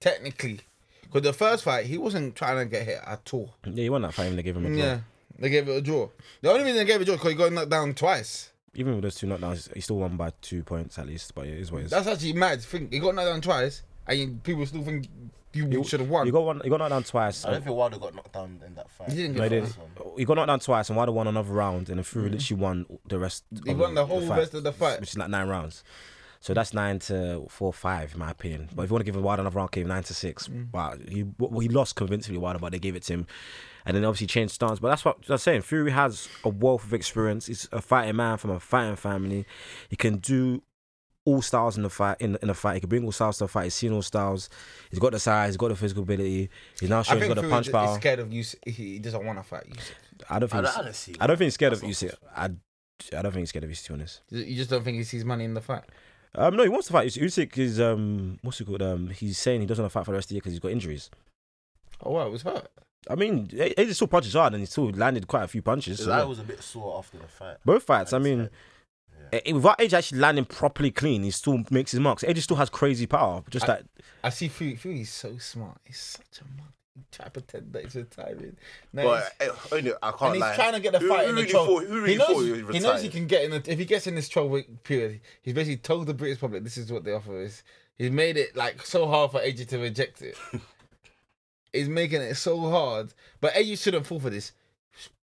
C: Technically, because the first fight he wasn't trying to get hit at all.
B: Yeah, he won that fight, and they gave him a draw.
C: Yeah, they gave it a draw. The only reason they gave it a draw because he got knocked down twice.
B: Even with those two knockdowns, he still won by two points at least. But yeah, it is what it is.
C: That's actually mad. Think he got knocked down twice, and you- people still think you should have won.
B: He got one. He got knocked down twice.
D: I don't think Wilder got knocked down in that fight.
C: He didn't
B: No, he
C: get
B: didn't. He got knocked down twice, and Wilder won another round, and then Fury literally won the rest.
C: Mm-hmm. He
B: of
C: won the whole
B: fight,
C: rest of the fight.
B: which is like nine rounds. So that's nine to four, five, in my opinion.
C: Mm.
B: But if you want to give him Wilder another round, gave nine to six. Wow, he well, he lost convincingly Wilder, but they gave it to him. and then obviously changed stance. But that's what I'm saying. Fury has a wealth of experience. He's a fighting man from a fighting family. He can do all styles in the fight. In, in the fight, he can bring all styles to the fight. He's seen all styles. He's got the size. He's got the physical ability. He's now
C: I
B: showing he's
C: think
B: got the
C: Fury
B: punch
C: is- is
B: power.
C: scared of you. He doesn't want to fight you.
B: I don't think.
D: I don't, I
B: he's-
D: don't see.
B: I don't think he's scared of
D: That's
B: Usyk. I, I don't think he's scared of Usyk to be honest.
C: You just don't think he sees money in the fight.
B: Um, no, he wants to fight Usyk. Usyk is um, what's he called? Um, he's saying he doesn't want to fight for the rest of the year because he's got injuries.
C: Oh wow, it was hurt.
B: I mean, he he still punches hard and he still landed quite a few punches.
D: His
B: so-
D: eye was a bit sore after the fight.
B: Both fights. I
D: Like
B: mean,
D: said.
B: eh, eh, without Edge actually landing properly clean, he still makes his marks. Edge still has crazy power. Just that
C: I see Fury. Fury's so smart. He's such a man. He try to pretend that he's retiring. No,
D: But
C: he's-
D: eh, only, I can't
C: and he's
D: lie.
C: trying to get the
D: Who-
C: fight
D: who
C: in the
D: really
C: 12
D: thought- who really
C: he, knows,
D: thought
C: he,
D: was
C: knows he
D: retired?
C: can get in. The, if he gets in this twelve week period, he's basically told the British public this is what the offer is. He's made it like so hard for AJ to reject it. he's making it so hard, but AJ shouldn't fall for this.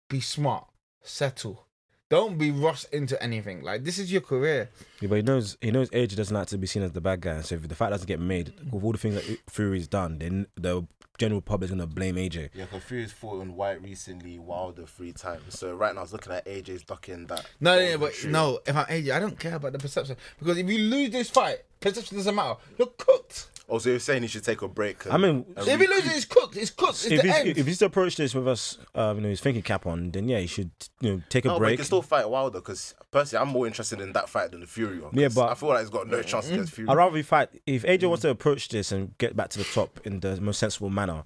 C: Be smart, settle. Don't be rushed into anything. Like this is your career.
B: Yeah, but he knows he knows Edge doesn't like to be seen as the bad guy. So if the fight doesn't get made, with all the things that Fury's done, then the general public's gonna blame AJ.
D: Yeah, because Fury's fought on White recently, Wilder three times. So right now, I was looking at AJ's ducking that.
C: No,
D: Oh,
C: no, no, but
D: true.
C: no. If I'm AJ, I don't care about the perception because if you lose this fight, perception doesn't matter. You're cooked.
D: Oh, so you're saying he should take a break? and-
B: I mean,
D: and
C: if you lose, it, it's cooked. It's cooked. It's
B: if
C: the
B: he's,
C: end.
B: if he's to approach this with us, uh, you know, his thinking cap on, then yeah, he should you know take a
D: no, but he
B: break.
D: can still fight Wilder because personally, I'm more interested in that fight than the Fury one. 'cause
B: Yeah, but- Mm-hmm.
D: I feel like he's got no chance against Fury.
B: I'd rather he fight if AJ wants to approach this and get back to the top in the most sensible manner.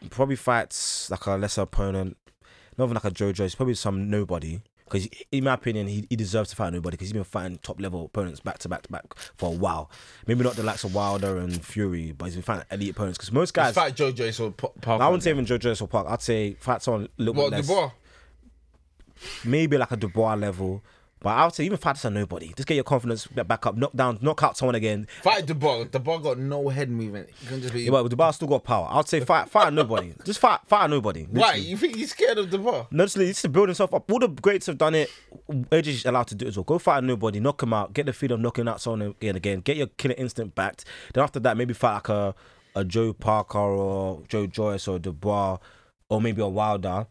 B: he Probably fights like a lesser opponent, not even like a JoJo. It's probably some nobody. Because in my opinion, he, he deserves to fight nobody because he's been fighting top level opponents back to back to back for a while. Maybe not the likes of Wilder and Fury, but he's been fighting elite opponents. Because most guys,
C: This fight JoJo so p- powerful.
B: I wouldn't say even JoJo or Park. I'd say fight someone a little
C: Well,
B: bit less,
C: Dubois.
B: maybe like a Dubois level. But I would say even fight a nobody. Just get your confidence back up, knock down, knock out someone again,
C: Fight Dubois. Dubois got no head movement. You can just be.
B: Yeah, but Dubai still got power. I'd say fight, fight nobody. Just fight, fight nobody.
C: Why?
B: Literally.
C: You think he's scared of Dubois?
B: No, just, just to build himself up. All the greats have done it. Edge is allowed to do it as well. Go fight nobody, knock him out, get the feeling of knocking out someone again, again. Get your killer instinct backed. Then after that, maybe fight like a, a Joe Parker or Joe Joyce or Dubois or maybe a Wilder,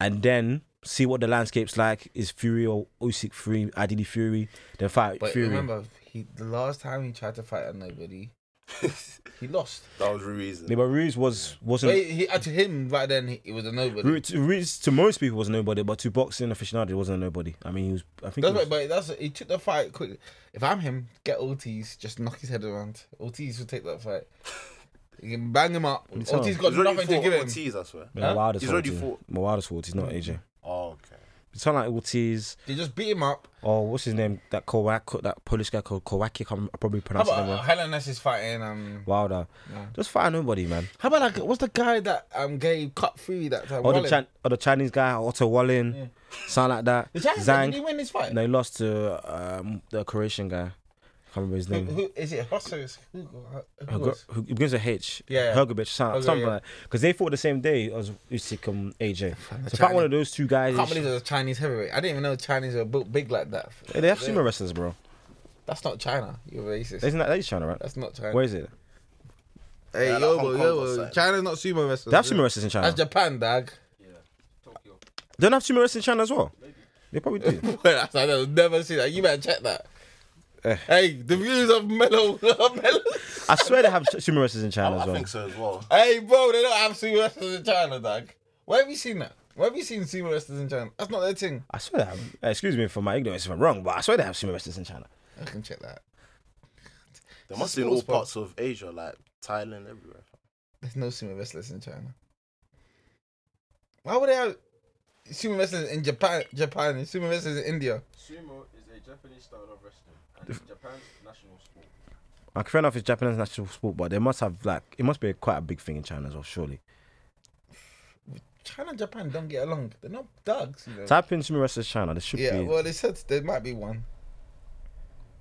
B: and then see what the landscape's like. Is Fury or Usyk free? Ideally Fury. Then fight
C: But
B: Fury.
C: remember, he the last time he tried to fight a nobody, he lost.
D: that was Ruiz.
B: Yeah, but Ruiz was wasn't.
C: But he, he, uh, to him, right then, he, he was a nobody.
B: Ru- to, Ruiz, to most people was a nobody, but to boxing aficionado, he wasn't a nobody. I mean, he was. I think.
C: That's
B: he was-
C: right, but that's he took the fight quickly. If I'm him, get Ortiz, just knock his head around. Ortiz will take that fight. You can bang him up.
B: all-
C: Ortiz got
D: he's already
C: nothing to
D: fought
C: give him.
D: Ortiz, I swear.
B: My
C: Huh?
B: Wilder's
D: He's already
B: fault,
D: fought.
B: yeah. My Wilder's fault. He's not AJ.
D: Oh, okay.
B: It's not like Ortiz
C: They just beat him up.
B: or what's his name? That Kowak, that Polish guy called Kowaki. I'm I probably
C: How
B: pronouncing
C: about
B: him
C: uh,
B: wrong.
C: Helen Nash is fighting? Um,
B: Wilder. Just fight nobody, man.
C: how about like what's the guy that um gave cut through that time?
B: Or the,
C: Wallen?
B: Chan- or the Chinese guy, Otto Wallin, sound like that.
C: The Chinese guy, did he
B: Zhang.
C: win this fight?
B: No, he lost to um, the Croatian guy. Can't remember his
C: Who,
B: name.
C: who is it? Hussars? Who, who,
B: Who,
C: who was?
B: who begins with H?
C: Yeah, yeah.
B: Hergovich, something,
C: Hergovich,
B: something
C: yeah.
B: like that. Because they fought the same day as Usyk and AJ. So fight
C: Chinese-
B: one of those two guys.
C: I can't believe there's a Chinese heavyweight. I didn't even know Chinese were built big like that.
B: Hey, they have sumo wrestlers, bro.
C: That's not China. You're racist.
B: Isn't that that is China, right?
C: That's not China.
B: Where is it?
C: Hey,
D: Yeah,
C: yo,
D: like Hong
C: bro,
D: Kong
C: yo,
D: or
C: bro.
D: something.
C: China's not sumo wrestlers.
B: They have sumo wrestlers in China.
C: That's Japan, dag.
B: They don't have sumo wrestlers in China as well. They probably do.
C: Well, I've never seen that. You better check that. hey, the views of Mellow. of Mellow.
B: I swear they have sumo wrestlers in
D: I,
B: China as
D: I
B: well.
D: think so as well.
C: hey, bro, they don't have sumo wrestlers in China, dag. Where have you seen that? Where have you seen sumo wrestlers in China? That's not their thing.
B: I swear they have. eh, Excuse me for my ignorance if I'm wrong, but I swear they have sumo wrestlers in China.
C: I can check that.
D: They must be in all
C: sports bar.
D: parts of Asia, like Thailand, everywhere.
C: There's no sumo wrestlers in China. Why would they have sumo wrestlers in Japan? Japan and sumo wrestlers in India.
E: Sumo is a Japanese style of wrestling and is Japan's national sport.
B: Like, fair enough, it's Japanese national sport, but they must have, like, it must be quite a big thing in China as well, surely.
C: China and Japan don't get along. They're not dogs. You know?
B: Type in sumo wrestlers China. There should
C: Yeah,
B: be.
C: well, they said there might be one.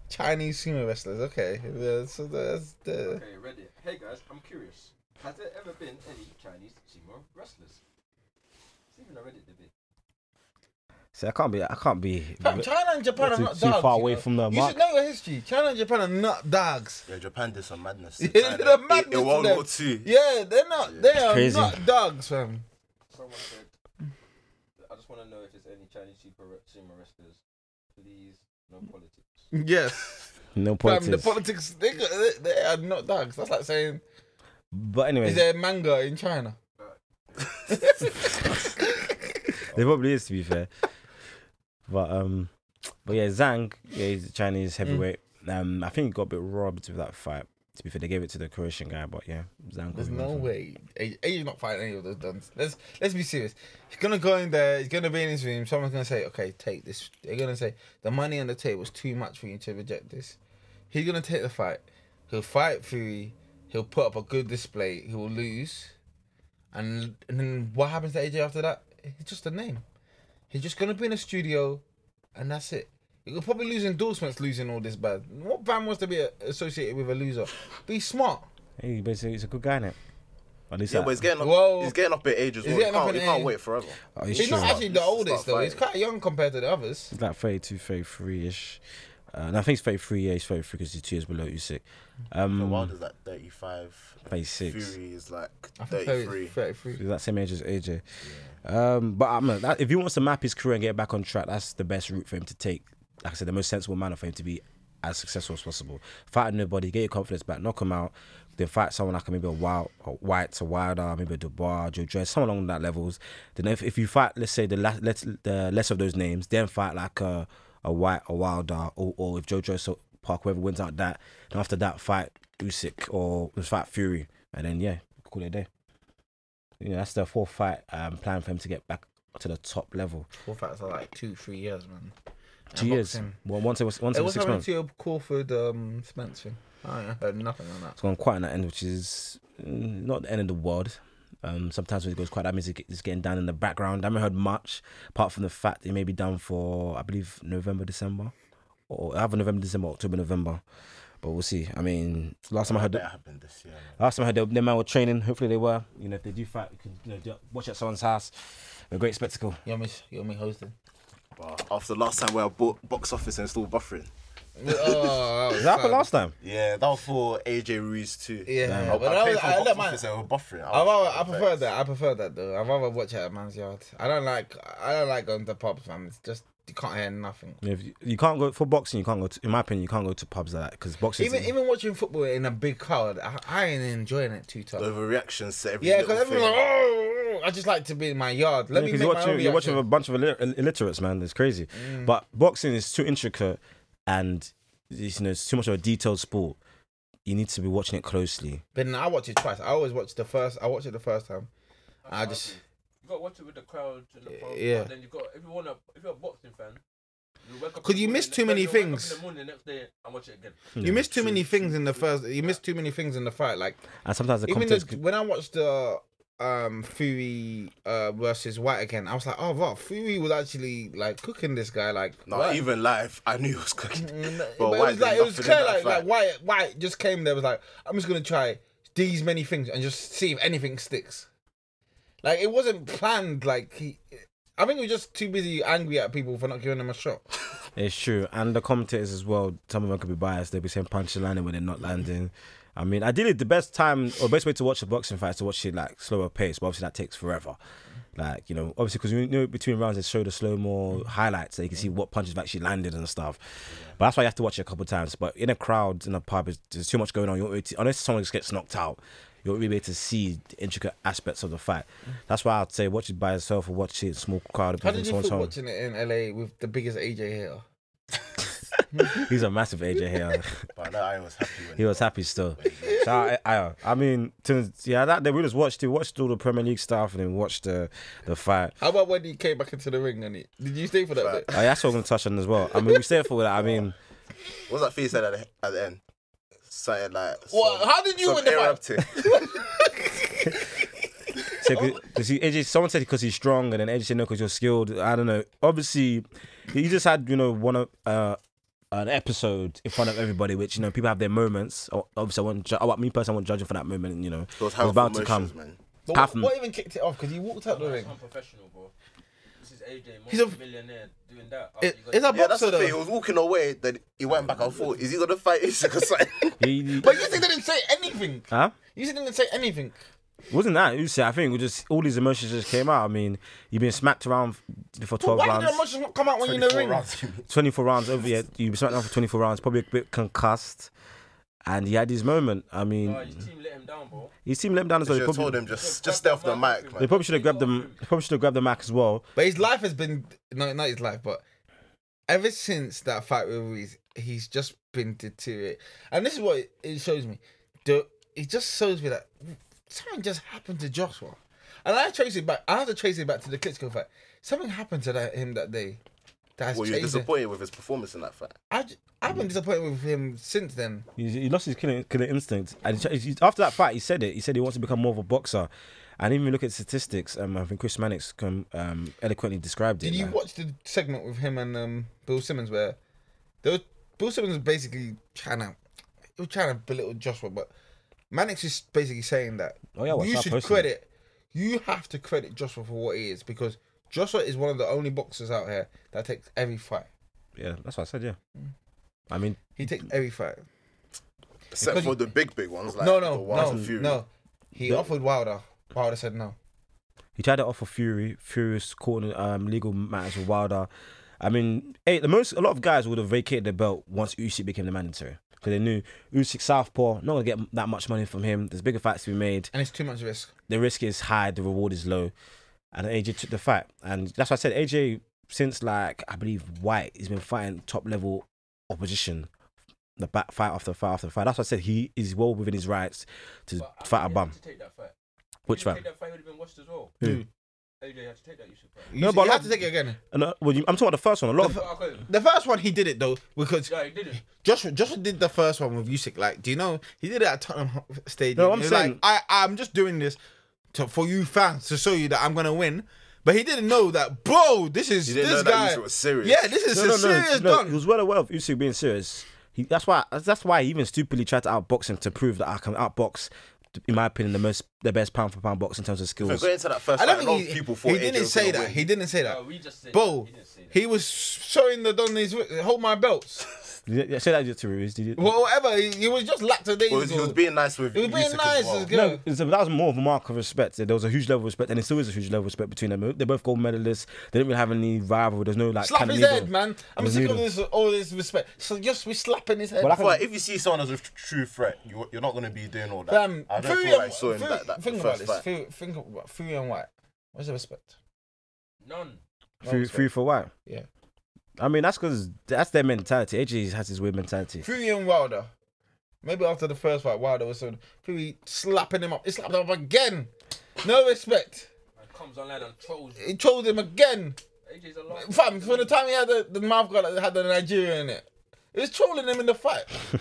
C: Chinese sumo wrestlers. Okay, yeah, so that's the.
E: Okay, Reddit. Hey guys, I'm curious. Has there ever been any Chinese sumo wrestlers? It's even a Reddit debate.
B: See, I can't be, I can't be.
C: Fam, China and Japan
B: We're
C: are
B: too-
C: not
B: too
C: dogs.
B: far
C: you
B: away
C: know?
B: from the
C: You
B: mark.
C: should know your history. China and Japan are not dogs.
D: Yeah, Japan did some madness.
C: It's a
D: Thailand.
C: madness
D: in, in World
C: to them.
D: War Two.
C: Yeah, they're not. They are
B: Crazy.
C: not dogs, fam.
E: someone said, I just want to know if there's any Chinese super sumo wrestlers. Please, no politics.
C: Yes.
B: No
C: Fam, the
B: politics.
C: politics, they, they- they are not dogs. That's like saying,
B: but
C: is
B: anyway,
C: there manga in China?
B: there probably is to be fair. But um, but yeah, Zhang, yeah, he's a Chinese heavyweight. Um, I think he got a bit robbed with that fight. To be fair, they gave it to the Croatian guy, but yeah, Zhang.
C: There's
B: probably
C: no
B: won.
C: way. A- Asia's not fighting any of those duns. Let's let's be serious. He's gonna go in there. He's gonna be in his room. Someone's gonna say, "Okay, take this." They're gonna say the money on the table is too much for you to reject this. He's gonna take the fight. He'll fight Fury. He'll put up a good display. He will lose, and and then what happens to AJ after that? It's just a name. He's just gonna be in a studio, and that's it. You'll probably lose endorsements losing all this bad. What fan wants to be a- associated with a loser? Be smart.
B: Hey, but he's a, he's a good guy, innit? At least
D: Yeah,
B: that-
D: but he's getting up.
C: Whoa.
D: he's getting up in age as
C: He's
D: well. He
C: getting up
D: can't, he
C: in
D: can't
C: age.
D: wait forever.
B: Oh, he's
C: He's not
B: true.
C: actually the
D: Start
C: oldest though. He's
D: fighting.
C: quite young compared to the others.
B: He's like 32, 33 ish. Uh, and I think he's 33, yeah, he's 33 because he's two years below Usyk. Um,
D: The Wilder's like 35.
B: 36.
D: Fury is like
C: I think Perry's
D: 33.
C: 33.
B: He's that same age as AJ. Um, but I'm that, if he wants to map his career and get back on track, that's the best route for him to take. Like I said, the most sensible manner for him to be as successful as possible. Fight nobody, get your confidence back, knock him out. Then fight someone like maybe a wild, a White to Wilder, maybe a Dubois, Joe Dredd, someone along that levels. Then if, if you fight, let's say the less, let's, the less of those names, then fight like a a White, a Wilder, or, or if Joe Dredd so Park, whoever wins out that, then after that fight Usyk or let's fight Fury, and then yeah, call it a day you know, that's the fourth fight um, plan for him to get back to the top level.
C: Four fights are like two, three years, man. And
B: Two years.
C: boxing.
B: Well, once it was once
C: Hey,
B: it was six
C: what's happening
B: months.
C: to your Crawford um, Spence thing? I ain't heard nothing on that.
B: It's gone quiet on that end, which is mm, not the end of the world. Um, sometimes when it goes quiet, that means it- it's getting down in the background. I haven't heard much, apart from the fact it may be down for, I believe, November, December, or either November, December, October, November. But we'll see. I mean, last time I heard,
D: That happened this year. man.
B: Last time I heard them man were training. Hopefully they were. You know, if they do fight, you can you know, do- watch at someone's house. A great spectacle.
C: You're me, you're me hosting.
D: But after the last time where I bought box office and still buffering.
C: oh,
B: Did that happen last time?
D: Yeah, that was for AJ Ruiz too.
C: Yeah,
D: I,
C: but
D: I
C: that
D: paid
C: was-
D: for
C: I
D: box
C: let my-
D: office and we're buffering.
C: I,
D: was-
C: rather, I prefer that. I prefer that though. I rather watch it at man's yard. I don't like. I don't like going to pubs, man. It's just you can't hear nothing.
B: If you, you can't go for boxing, you can't go. To, in my opinion, you can't go to pubs like that because boxing.
C: Even even watching football in a big crowd, I, I ain't enjoying it too
D: The
C: tough.
D: overreactions to every
C: Yeah,
D: little
C: because everyone's
D: thing.
C: like, oh, I just like to be in my yard. Let me
B: because
C: make
B: you're
C: my own
B: watching, you're watching
C: reaction." Mm.
B: a bunch of illiter- illiterates, man. It's crazy. But boxing is too intricate, and it's, you know it's too much of a detailed sport. You need to be watching it closely.
C: But then I watch it twice. I always watch the first. I watch it the first time. I just
E: You gotta watch it with the crowd and the
C: Y-
E: pub,
C: yeah.
E: But then you got if you want to if you're a boxing fan, you wake up. in
C: 'Cause
E: the
C: you
E: morning,
C: miss
E: the-
C: too many
E: you wake up
C: things.
E: In the morning the next day and watch it again.
C: you miss too many things in the first. You miss too many things in the fight. Like
B: And sometimes the
C: even the,
B: commentators. could-
C: when I watched the um Fury uh, versus White again, I was like, oh wow, Fury was actually like cooking this guy. Like
D: No,
C: White-
D: even live, I knew it was cooking.
C: Mm,
D: But,
C: but it
D: White
C: was like
D: did
C: it was
D: nothing
C: clear.
D: in that
C: Like, like
D: fight.
C: White White just came there was like, I'm just gonna try these many things and just see if anything sticks. Like it wasn't planned. Like he. I think he was just too busy angry at people for not giving him a shot.
B: It's true, and the commentators as well. Some of them could be biased. They'll be saying punches landing when they're not landing. I mean, ideally, the best time or best way to watch a boxing fight is to watch it like slower pace, but obviously that takes forever. Like you know, obviously because you know between rounds they show the slow mo highlights, so you can see what punches have actually landed and stuff. But that's why you have to watch it a couple times. But in a crowd in a pub, it's- there's too much going on. You're not really to, unless someone just gets knocked out, you're not really able to see the intricate aspects of the fight. That's why I'd say watch it by yourself or watch it in a small crowd.
C: How did you
B: someone's
C: feel
B: home.
C: watching it in LA with the biggest AJ hater?
B: He's a massive AJ here.
D: But no, I was happy when
B: He was happy still. so I, I, I mean, to, yeah, that day we just watched it, watched all the Premier League stuff, and then watched the the fight.
C: How about when he came back into the ring and he, did you stay for that bit?
B: Oh, yeah, that's what I'm gonna touch on as well. I mean, we stay for that. I mean,
D: What's that face said at the, at the end? Something like.
C: What?
D: some-
C: How did you
D: some
C: win the
D: Arab
C: fight?
D: thing.
B: because AJ, someone said because he's strong, and then AJ said no, because you're skilled. I don't know. Obviously, he just had you know one of. Uh, an episode in front of everybody, which you know people have their moments. Oh, Obviously, I want ju- oh, me personally, I want judging for that moment. You know,
D: Those
B: it's
D: powerful
B: bound to come.
D: emotions, man.
C: But
B: Apart
C: what,
B: from-
C: what even kicked it off? Because he walked out the
E: That's
C: ring.
E: unprofessional, bro. This is AJ,
C: He's a-
E: millionaire doing that. after
C: It,
E: you
C: it's
E: got
C: a
D: Yeah, that's
C: boxer
D: the thing. He
C: though.
D: was walking away, then he went back and forth. Is he gonna fight Usyk or something?
B: He-
C: But you said they didn't say anything.
B: huh?
C: You said they didn't say anything.
B: It wasn't that. You see, I think we just all these emotions just came out. I mean, you've been smacked around f- for twelve
C: Why did the
B: rounds,
C: emotions not come out when you're in the
D: 24
C: ring?
D: rounds, you mean.
B: twenty four rounds over. Yeah, you've been smacked around for twenty four rounds, probably a bit concussed, and he had his moment. I mean,
E: Nah, his team let him down, bro.
B: his team let him down as well. They
D: Should have told
B: probably,
D: him just just stay off the mic,
B: they
D: man.
B: probably should have grabbed them. Probably should have grabbed the mic as well.
C: But his life has been no, not his life, but ever since that fight with Ruiz, he's just been deteriorating. And this is what it shows me. The, it just shows me that something just happened to Joshua. And I trace it back. I have to trace it back to the Klitschko fight. Something happened to that, him that day. That has
D: Well, you're
C: changed him.
D: disappointed with his performance in that fight.
C: I, have been disappointed with him since then.
B: He, he lost his killer, killer instinct, and he- he- after that fight, he said it. He said he wants to become more of a boxer. And even look at statistics. Um, I think Chris Mannix um, um, eloquently described it.
C: Did you
B: like-
C: watch the segment with him and um, Bill Simmons where there was, Bill Simmons was basically trying to he was trying to belittle Joshua, but Mannix is basically saying that
B: Oh, yeah, I watched
C: you
B: that
C: should
B: personally.
C: credit you have to credit Joshua for what he is because Joshua is one of the only boxers out here that takes every fight.
B: Yeah, that's what I said. Yeah, I mean,
C: He takes every fight.
D: Except
C: Because-
D: for the big, big ones like
C: no,
D: the
C: no,
D: Wilder
C: no,
D: Fury.
C: no. He
B: The-
C: offered Wilder. Wilder said no.
B: He tried to offer Fury. Furious caught in um, legal matters with Wilder. I mean, hey, the most a lot of guys would have vacated the belt once Usyk became the mandatory because they knew Usyk Southpaw not gonna get that much money from him. There's bigger fights to be made.
C: And it's too much risk.
B: The risk is high. The reward is low. And AJ took the fight, and that's why I said AJ since like I believe White, he's been fighting top level opposition. The back fight after fight after fight. That's why I said he is well within his rights to
E: But I
B: fight a
E: think he had
B: bum.
E: To take that fight.
B: Which
E: If he
B: fight?
E: didn't Take that fight, he would have been watched as well.
B: Who?
E: AJ had to take that Yusuf fight.
C: You,
B: but
C: you
B: a lot-
C: have to take it again.
B: And, uh, well, you, I'm talking about the first one. A lot of
E: But I got him.
C: The first one he did it though because
E: Yeah, he didn't.
C: Joshua Joshua did the first one with Usyk. Like, do you know he did it at Tottenham Ho- Stadium?
B: No, I'm
C: He was
B: saying-
C: like, I I'm just doing this to, for you fans to show you that I'm gonna win. But he didn't know that, bro. This is
D: He didn't
C: this
D: know that
C: guy.
D: Usyk was serious.
C: Yeah, this is a serious dunk.
B: He was well aware of Usyk being serious. He, that's why that's why he even stupidly tried to outbox him to prove that I can outbox, in my opinion, the most the best pound for pound box in terms of
D: But
B: skills.
D: going into that first
C: I
D: fight,
C: don't
D: a lot
C: think
D: of
C: he,
D: people thought
C: he
D: AJ
C: didn't
D: was
C: say
D: gonna
C: that.
D: win.
C: He didn't say that.
E: No, we just said
C: Bro,
E: He didn't say that.
C: he was showing the Don these hold my belts,
B: Did you- say that to Ruiz. Did you?
C: Wha- whatever. He, he was just lackadaisical.
D: Well, he was being nice with
C: He was being
D: Usyk
C: nice.
D: as well.
C: as
B: no,
C: well.
B: it's- that was more of a mark of respect. There was a huge level of respect, and it still is a huge level of respect between them. They're both gold medalists. They didn't really have any rivalry. There's no like
C: Slap
B: kind of
C: his
B: needle.
C: head, man. I'm
B: There's
C: sick of
B: needle.
C: this all this respect. So just we slapping his head.
B: Well, I
D: But if you see someone as a tr- true threat, you, you're not going to be doing all that.
C: Um,
D: I don't
C: Fury
D: feel
C: and-
D: like showing
C: Fury-
D: that, that
C: think
D: the
C: about
D: first
C: this.
D: fight.
C: Fury, think about Fury and White. What's the respect?
E: None.
B: Free, free for white.
C: Yeah.
B: I mean, that's because that's their mentality. AJ has his weird mentality.
C: Fury and Wilder. Maybe after the first fight, Wilder was so Fury slapping him up. He slapped him up again. No respect.
E: Man comes online and trolls.
C: He trolled him again.
E: AJ's a liar.
C: Fam, from the time he had the, the mouth guard that had the Nigeria in it, he was trolling him in the fight.
E: Yeah,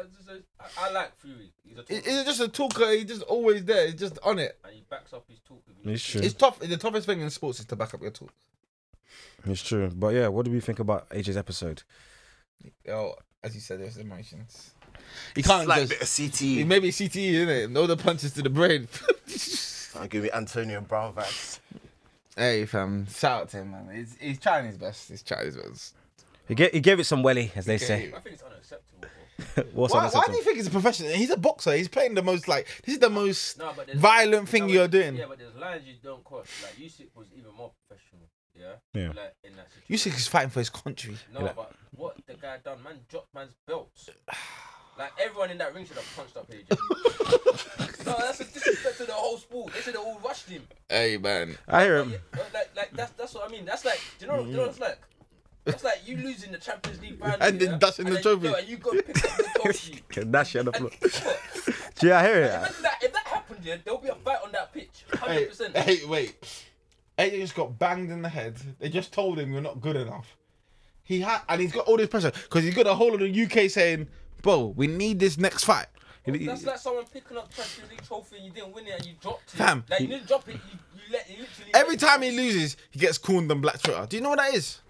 E: it's just a- I, I like Fury. He's a
C: He-
E: talker.
C: He's just a talker. He's just always there. He's just on it.
E: and he backs up his talk. with me.
B: It's true.
C: It's tough. The toughest thing in sports is to back up your talk.
B: It's true. But yeah, what do we think about AJ's episode?
C: Yo, as you said, there's emotions.
D: He
C: can't
D: like
C: just-
D: bit of CT.
C: It may be CTE, isn't it? All the punches to the brain.
D: Can't give me Antonio Brown vibes.
C: Hey fam, shout out to him, man. He's, he's trying his best. He's trying his best.
B: He gave, he gave it some welly, as they say.
E: I think it's unacceptable. bro.
B: What's
C: Why,
B: up,
C: why
B: what's
C: do
B: up?
C: you think he's a professional? He's a boxer. He's playing the most like this is the most
E: No, but there's-
C: violent thing
E: no, but-
C: you're doing.
E: Yeah, but there's lines you don't cross. Like Usyk was even more professional. Yeah.
B: Yeah.
E: Like in that situation.
C: You think he's fighting for his country.
E: No, but what the guy done, man, dropped man's belts. Like everyone in that ring should have punched up AJ. no, that's a disrespect to the whole sport. They should have all rushed him.
C: Hey man,
B: I hear
E: Yeah,
B: him.
E: like, like that's that's what I mean. That's like, do you know, do you know what it's like? That's like you losing the Champions League final
C: And then
E: yeah?
C: dashing
E: And
C: the
E: then
C: trophy.
E: you go and you go pick up the trophy.
B: That shit on the
E: And
B: floor.
E: look,
B: Yeah, I hear it.
E: imagine that if that happened, yeah, there'll be a fight on that pitch, hundred
C: hey,
E: percent.
C: hey wait. AJ just got banged in the head. They just told him you're not good enough. He had and he's got all this pressure because he's got the whole of the UK saying, "Bro, we need this next fight."
E: That's like someone picking up Champions League trophy and you didn't win it and you dropped it.
C: Fam,
E: like you didn't drop it, you, you let you literally.
C: Every
E: let it
C: time
E: go.
C: he loses, he gets corned on Black Twitter. Do you know what that is?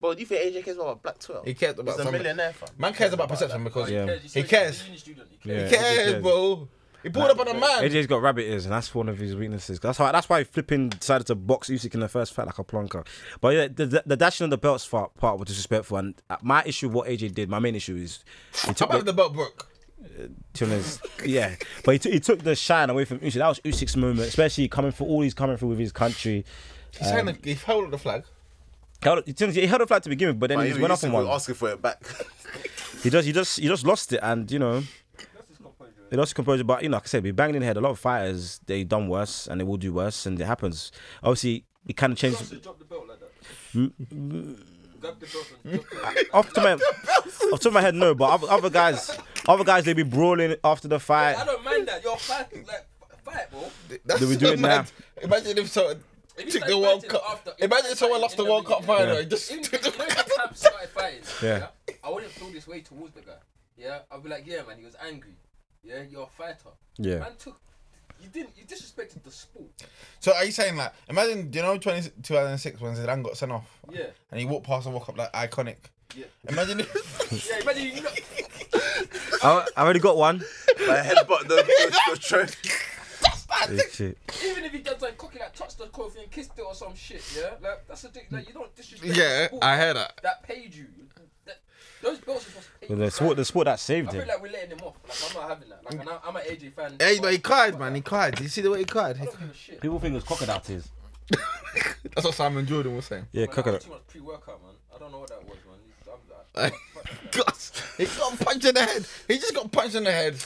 D: Bro, do you think AJ cares about Black 12?
C: He cares about
D: He's a
C: something.
D: millionaire, fam.
C: Man cares about perception because
B: Yeah.
E: cares.
C: He
E: He's
C: cares.
E: a uni student. He
B: Yeah.
E: cares.
B: He
C: cares,
B: cares.
C: bro. He pulled up on a man.
B: AJ's got rabbit ears, and that's one of his weaknesses. That's why. That's why flipping decided to box Usyk in the first fight like a plonker. But yeah, the, the, the dashing of the belts part, part was disrespectful. And uh, my issue, with what AJ did, my main issue is, he
C: How
B: took
C: about
B: the,
C: the belt broke?
B: Tuna's, yeah, but he, took he took the shine away from Usyk. That was Usyk's moment, especially coming for all he's coming through with his country.
C: He's um, he held the flag.
B: He held, he held a flag to begin with, but then
D: Like,
B: he
D: even
B: just went off
D: Usyk
B: on
D: was
B: one.
D: asking for it back.
B: He just, he just, he just lost it, and you know, they lost composure. But you know, like I said, we banged in the head. A lot of fighters they done worse, and they will do worse, and it happens. Obviously, we kind of changed.
E: Johnson dropped the belt like that. Grab the belt and drop it.
B: Off to my, off the top of my head, no. But other, other guys, other guys, they be brawling after the fight.
E: I don't mind that. You're fighting like fight, bro.
C: That's
B: Do we do
C: so
B: it now?
C: mad. Imagine if someone
E: If you
C: took
E: start
C: the World
E: fighting
C: Cup.
E: after- if
C: imagine
E: you
C: if someone
E: start
C: lost the
E: fighting
C: World
E: in
C: Cup
E: the
C: final.
B: ring,
C: and Just
E: Even
C: took
E: if
C: the
E: even if the champ started fighting,
B: Yeah.
E: yeah. I wouldn't feel this way towards the guy. Yeah, I'd be like, yeah, man, he was angry. Yeah, you're a fighter.
B: Yeah.
E: Man took, you didn't, you disrespected the sport.
C: So are you saying like, imagine, do you know 20, 2006 when Zidane got sent off?
E: Yeah.
C: And he walked past and woke up like iconic.
E: Yeah.
C: Imagine if
E: Yeah, imagine you not.
B: I, I already got one.
D: Like headbutt the the, the trophy.
B: Shit.
E: Even if he does like cocky, like touched the coffee and kissed it or some shit, yeah, like that's a dick. Like you don't disrespect.
C: Yeah,
E: the sport
C: I heard that.
E: That paid you. That, those belts are supposed to pay you.
B: The sport, the
E: Like,
B: sport that saved
E: I feel
B: him.
E: like we're letting him off. Like I'm not having that. Like and I- I'm an AJ fan.
C: Hey, but he cried, man. He cried. Did you see the way he cried?
E: I
C: He-
E: don't give a shit.
B: People think it's crocodile tears.
C: That's what Simon Jordan was saying.
B: Yeah,
E: Man, that was
B: crocodile.
E: too much pre-workout, man. I don't know what that was, man. You- I'm- I-
C: God, he got punched in the head. He just got punched in the head,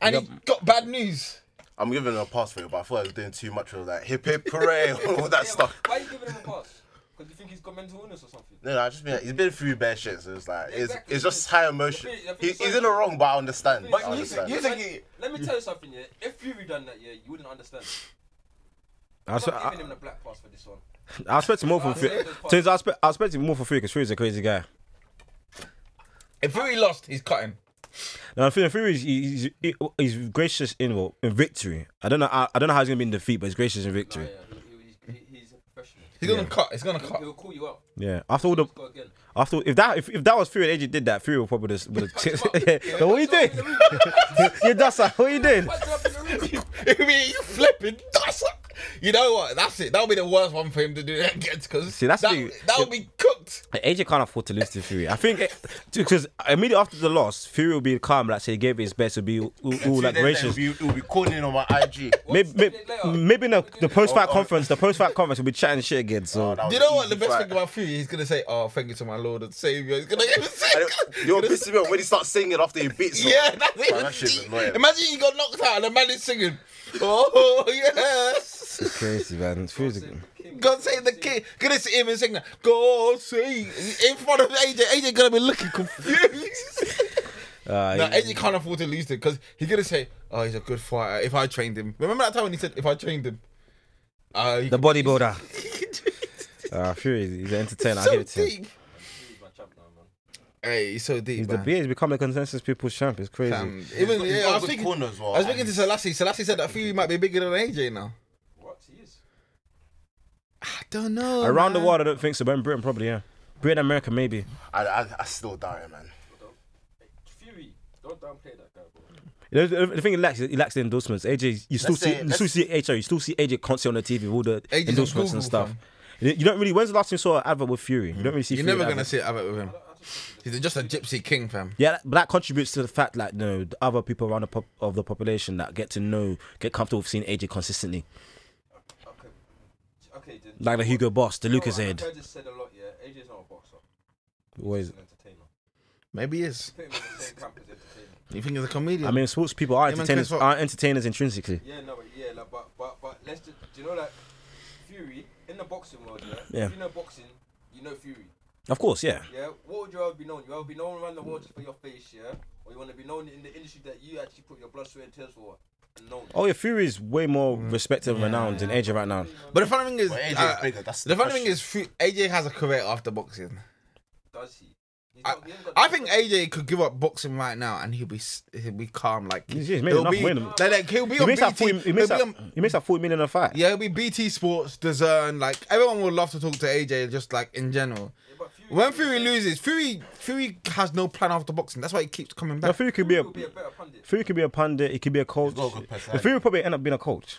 C: and he
B: Yep.
C: got bad news.
D: I'm giving him a pass for it, but I feel like I was doing too much with that hip hip hooray, all that
E: Yeah,
D: stuff.
E: but Why are you giving him a pass? Because you think he's got mental illness or something?
D: No, no, I just been like, he's been through bad shit, so it's like it's,
E: Exactly.
D: it's just high emotion.
E: You're feeling- you're
D: He,
E: feeling
D: he's
E: sorry
D: in the
E: for him.
D: wrong, but I understand.
E: But
D: I
E: you-
D: understand.
C: you think he-
E: Let me tell you something, yeah. If Fury done that, yeah, you wouldn't understand.
B: I, was-
E: I'm not
B: I,
E: giving him the black pass for this one.
B: I expect more from Fury. So I expect, I expect more from Fury because Fury's a crazy guy.
C: If he lost, he's cutting.
B: Now, Fury, Fury is he's, he's, he's gracious in well, in victory. I don't know, I, I don't know how he's gonna be in defeat, but he's gracious in
E: Yeah,
B: victory.
E: he- he- he's, he's a professional.
C: He's gonna cut. He's gonna cut.
E: He'll call you up.
B: Yeah. After all the,
E: Let's go again.
B: after if that, if, if that was Fury and AJ did that, Fury would probably just would have. yeah. So what are you doing? yeah, that's like, what are you doing?
E: Punch him up in the ring.
C: I mean, you flipping. That's you know what? That's it. That'll be the worst one for him to do that against because
B: See, that's
C: that,
B: the-
C: that would be cooked.
B: AJ can't afford to lose to Fury. I think because immediately after the loss, Fury will be calm, like say he gave it his best, will be all, all, all, like gracious.
D: It will be calling in on my IG.
B: Maybe,
E: Two
B: maybe,
E: days later.
B: maybe in the, the post fight conference, the post fight conference will be chatting shit again. So
D: that was
C: You know
D: an
C: what? The
D: easy
C: best
D: fight.
C: thing about Fury, he's gonna say, "Oh, thank you to my Lord and Savior." He's gonna give
D: And
C: a
D: it- You're pissing me off when he starts singing after he beats. him.
C: Yeah, that's
D: Bro, that shit's
C: it.
D: annoying.
C: Imagine you got knocked out and the man is singing, "Oh yes."
B: it's crazy, man. Fury's a,
C: God save the king. Gonna see him and sing that. God save in front of AJ. AJ gonna be looking confused.
B: uh,
C: no, AJ can't afford to lose it because he's gonna say, "Oh, he's a good fighter. If I trained him." Remember that time when he said, "If I trained him." Uh, he
B: the
C: could-
B: bodybuilder. Uh, Fury, he's an entertainer. I
C: so
B: give it to him.
C: deep.
E: He's my champ now, man.
C: Hey, he's so deep.
B: He's the
C: man.
B: beer. He's become a consensus people's champ. It's crazy.
C: Um,
D: He's
C: even
D: got- he's
C: yeah,
D: got
C: I
D: a
C: was
D: good
C: thinking.
D: corner as well.
C: I was speaking to Selassie. Selassie said that Fury might be bigger than AJ now.
E: What? He is.
C: I don't know.
B: Around the
C: man.
B: world, I don't think so, but in Britain, probably yeah. Britain, America, maybe.
D: I, I, I still doubt it, man.
E: Fury, don't downplay that guy, bro.
B: The, the- the thing he lacks, he lacks the endorsements. AJ, you still
D: Let's
B: see,
D: say-
B: you still
D: let's-
B: see AJ, you still see AJ constantly on the TV with all the
C: AJ's on
B: endorsements
C: Google,
B: and stuff.
C: fam.
B: You you don't really. When's the last time you saw an advert with Fury? You don't really see.
C: You're
B: Fury in
C: never gonna
B: adverts.
C: see it with him. He's just a gypsy king, fam.
B: Yeah, that- but that contributes to the fact, like, you know, the other people around the pop- of the population that get to know, get comfortable with seeing AJ consistently,
E: Okay. Okay, then.
B: like the Hugo Boss, the
E: You know what?
B: Lucas Ed.
E: I just said a lot, yeah. AJ's not a boxer.
B: Always-
E: He's an entertainer.
C: Maybe he is.
E: Put him in the same camp as entertainer.
C: You think he's a comedian?
B: I mean, sports people are
C: Him and
B: entertainers.
C: Chris Rock.
B: Are entertainers intrinsically?
E: Yeah, no, but yeah, like, but but but let's just, do you know like Fury in the boxing world, yeah?
B: Yeah.
E: If you know boxing, you know Fury,
B: Of course, yeah.
E: yeah. What would you rather be known? You rather be known around the world just for your face, yeah, or you want to be known in the industry that you actually put your blood, sweat, and tears for, and known.
B: Oh yeah, Fury is way more
C: Mm.
B: respected and renowned than AJ right now.
C: but the funny thing is,
D: But AJ is
C: uh,
D: bigger. That's
C: the funny
D: question.
C: thing is, Fu- AJ has a career after boxing.
E: Does he? He's
C: I,
E: not- Oh, he ain't got
C: I
E: the-
C: think AJ could give up boxing right now, and he'll be s- he'll be calm. Like
B: He's- he's made enough
C: be
B: money.
C: like, like, he'll be
B: He
C: on
B: makes that
C: BT.
B: forty. He
C: He'll
B: makes
C: be
B: that.
C: on,
B: He makes that forty million in a fight.
C: yeah, he'll be BT Sports, DAZN. Like everyone would love to talk to AJ, just like in general.
E: Yeah, but Fury
C: When Fury loses, Fury Fury has no plan after boxing. That's why he keeps coming
B: Now,
C: back.
B: Fury could be a
E: will be a better pundit.
B: Fury could be a pundit. He could be a coach.
D: got a good
B: But Fury would probably end up being a coach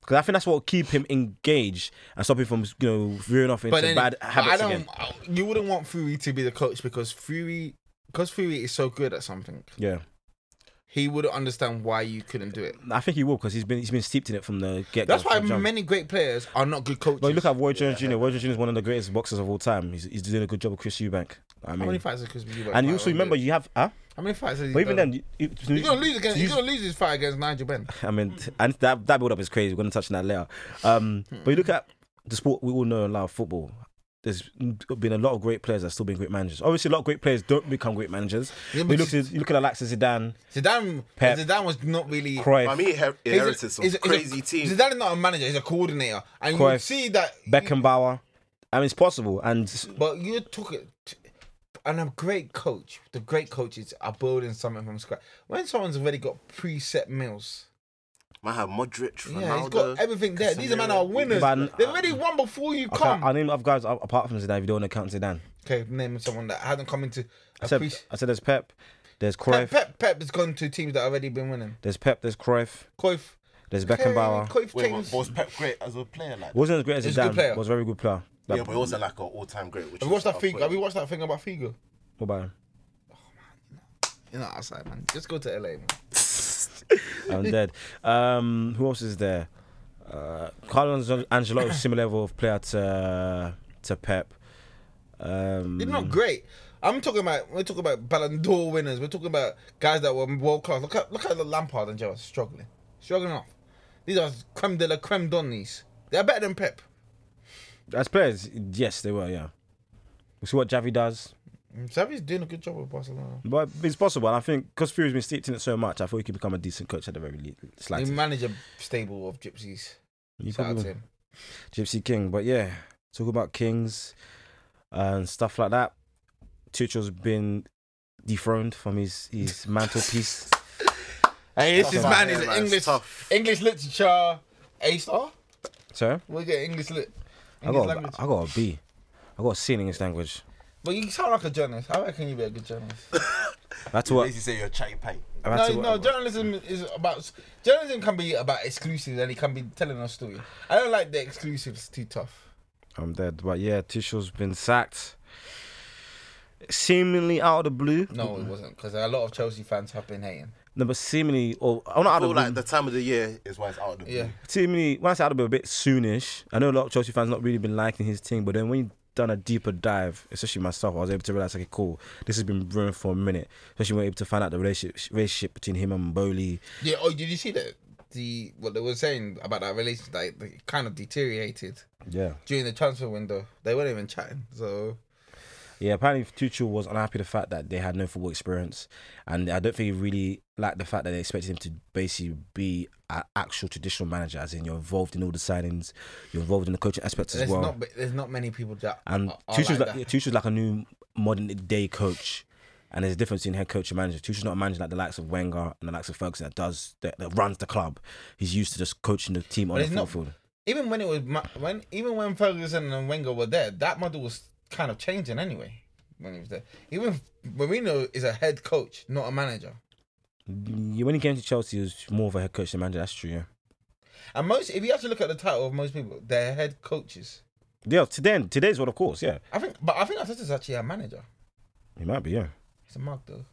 B: because I think that's what will keep him engaged and stop him from you know veering off into
C: but then,
B: bad
C: but
B: habits
C: I don't.
B: again.
C: I- You wouldn't want Fury to be the coach because Fury, because Fury is so good at something.
B: Yeah,
C: he wouldn't understand why you couldn't do it.
B: I think he will because he's been he's been steeped in it from the get.
C: That's why many great players are not good coaches.
B: But you look at Roy Jones Jr. Roy Jones Jr. is one of the greatest boxers of all time. He's, he's doing a good job with Chris Eubank. I
C: how many
B: mean,
C: fights has Chris Eubank
B: and
C: fought
B: you also
C: on
B: remember
C: this?
B: you have huh?
C: how many fights has he
B: But even
C: done?
B: then, you, you,
C: he's gonna lose against. He's
B: you-
C: gonna lose his fight against Nigel Ben.
B: I mean, t- and that that build up is crazy. We're gonna touch on that later. Um, but you look at the sport we all know and love, football. There's been a lot of great players that still been great managers. Obviously, a lot of great players don't become great managers.
C: Yeah,
B: We
C: but
B: look at you look at Alexis Zidane,
C: Zidane,
B: Pep.
C: Zidane was not really.
B: Cruyff,
D: I mean, he her-
C: He's a-
D: inherited some
C: he's a- he's a-
D: crazy team.
C: Zidane is not a manager; he's a coordinator, and you
B: Cruyff,
C: see that.
B: Beckenbauer. I mean, it's possible. And
C: But you took it, and a great coach. The great coaches are building something from scratch. When someone's already got preset meals,
D: Might have Modric, Ronaldo.
C: yeah, he's got everything there. These
D: Casemiro.
C: men are winners.
B: But-
C: They've already won before you
B: okay,
C: come.
B: I name other guys a- apart from Zidane. If you don't want to count Zidane,
C: Okay, name someone that hasn't come into.
B: I
C: A
B: said
C: pre-
B: I said there's Pep, there's Cruyff,
C: Pep, Pep Pep has gone to teams that have already been winning.
B: there's Pep, there's Cruyff,
C: Cruyff,
B: there's Beckenbauer.
C: Cruyff
D: Wait, but
C: changed-
D: was Pep great as a player? Like,
B: Wasn't as great as
C: He's a good
B: Zidane.
C: player.
B: was a very good player. That-
D: yeah, but he wasn't like an all-time great. Which
C: Have
D: is
C: you watched that
D: a
C: Figo?
D: point.
C: Have you watched that thing about Figo?
B: what about him?
C: You're not outside, man. Just go to LA, man.
B: I'm dead. Um, who else is there? Uh, Carlo Ange- Ancelotti is similar level of player to to Pep. Um,
C: They're not great. I'm talking about we're talking about Ballon d'Or winners. We're talking about guys that were world class. Look at look at the Lampard and Gerrard struggling, struggling off. These are creme de la creme donnies. They're better than Pep.
B: as players, yes, they were. Yeah, we see what Javi does,
C: Mm, Xavi's doing a good job with Barcelona.
B: but it's possible. And I think because Fury's been steeped in it so much, I thought he could become a decent coach at the very least.
C: They
B: Slightest.
C: manage a stable of gypsies.
B: You
C: Shout out
B: probably-
C: to him.
B: Gypsy King. But yeah, talk about kings and stuff like that. Tuchel's been dethroned from his his mantelpiece.
C: Hey, this
D: Tough
C: is
D: out
C: man
D: here,
C: is
D: man. It's
C: English
D: tough.
C: English literature A star.
B: Sir,
C: We'll get English lit.
B: I
C: English
B: got
C: language.
B: a, I got a B. I got a C in English language.
C: But you sound like a journalist. How can you be a good journalist?
B: That's what.
D: Basically, say you're a chatty pate.
B: That's
C: No,
B: what-
C: no, journalism is about journalism can be about exclusives and it can be telling a story. I don't like the exclusives too tough.
B: I'm dead. But yeah, Tuchel's been sacked. Seemingly out of the blue.
C: No, it wasn't because a lot of Chelsea fans have been hating.
B: No, but seemingly or oh, not
D: I
B: out of
D: feel
B: the
D: like
B: blue.
D: the time of the year is why it's out of
B: Mm.
D: the blue.
C: Yeah,
B: seemingly when I say out of the blue, a bit soonish. I know a lot of Chelsea fans not really been liking his team, but then when you done a deeper dive, especially myself, I was able to realize okay, cool, this has been brewing for a minute. Especially when we we're able to find out the relationship relationship between him and Bowley.
C: yeah. Oh, did you see that? The what they were saying about that relationship that it- that it kind of deteriorated
B: Yeah,
C: during the transfer window. They weren't even chatting. So
B: yeah. Apparently, Tuchel was unhappy with the fact that they had no football experience, and I don't think he really liked the fact that they expected him to basically be an actual traditional manager, as in you're involved in all the signings, you're involved in the coaching aspects as
C: there's
B: well.
C: not there's not many people that
B: And
C: are, are
B: Tuchel's
C: like,
B: like,
C: that.
B: Tuchel's like a new modern day coach. And there's a difference in head coach and manager. Tuchel's not a manager like the likes of Wenger and the likes of Ferguson that does that, that runs the club. He's used to just coaching the team on
C: But
B: the
C: it's not-
B: football field.
C: Even when it was Ma- when even when Ferguson and Wenger were there, that model was kind of changing anyway. When he was there, even Mourinho is a head coach, not a manager.
B: Yeah, When he came to Chelsea, he was more of a head coach than manager. That's true. Yeah.
C: And most, if you actually look at the title of most people, they're head coaches.
B: Yeah. Today, today's what, of course. Yeah.
C: I think, but I think Arteta's actually a manager.
B: He might be. Yeah.
C: He's a mug though.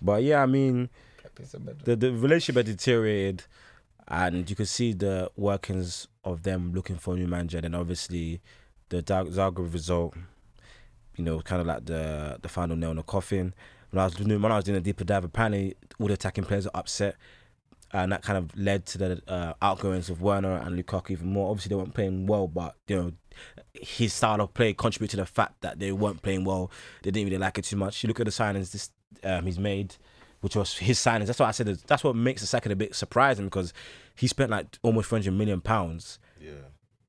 B: But yeah, I mean,
C: Pep is a manager.
B: the the relationship had deteriorated, and you could see the workings of them looking for a new manager. And then obviously, the Dag- Zagreb result, you know, kind of like the the final nail in the coffin. When I was doing when I was doing a deeper dive, apparently all the attacking players are upset, and that kind of led to the uh, outgoings of Werner and Lukaku even more. Obviously, they weren't playing well, but you know, his style of play contributed to the fact that they weren't playing well. They didn't really like it too much. You look at the signings this um, he's made, which was his signings. That's what I said. is- That's what makes the second a bit surprising because he spent like almost 300 million pounds
D: Yeah.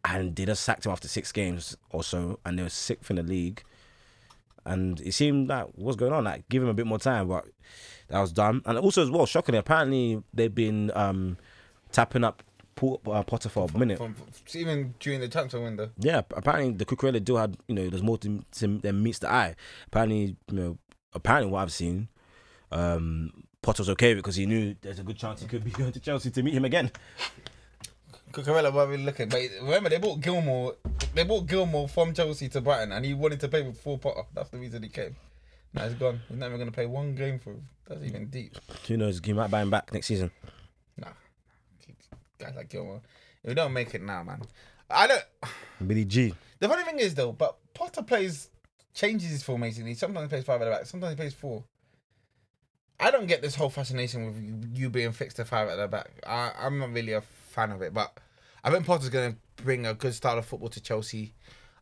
B: and they just sacked him after six games or so, and they were sixth in the league. And it seemed like what's going on, like give him a bit more time, but that was done. And also as well, shockingly, apparently they've been um, tapping up Paul, uh, Potter for a minute.
C: From, from- even during the transfer window,
B: Yeah, p- apparently the Cucurella deal had you know there's more to, to than meets the eye. Apparently, you know, apparently what I've seen, um, Potter's okay because he knew there's a good chance he could be going to Chelsea to meet him again.
C: Cucurella were really looking. But remember, they bought Gilmore. They bought Gilmore from Chelsea to Brighton, and he wanted to play with Paul Potter. That's the reason he came. Now he's gone. He's never gonna play one game for. That's even deep.
B: Who knows? You might buy him back next season.
C: Nah, guys like Gilmore, if we don't make it now, man. I don't.
B: Billy G.
C: The funny thing is though, but Potter plays changes his formation. He sometimes plays five at the back, sometimes he plays four. I don't get this whole fascination with you, you being fixed to five at the back. I, I'm not really a fan of it, but I think Potter's going to bring a good style of football to Chelsea.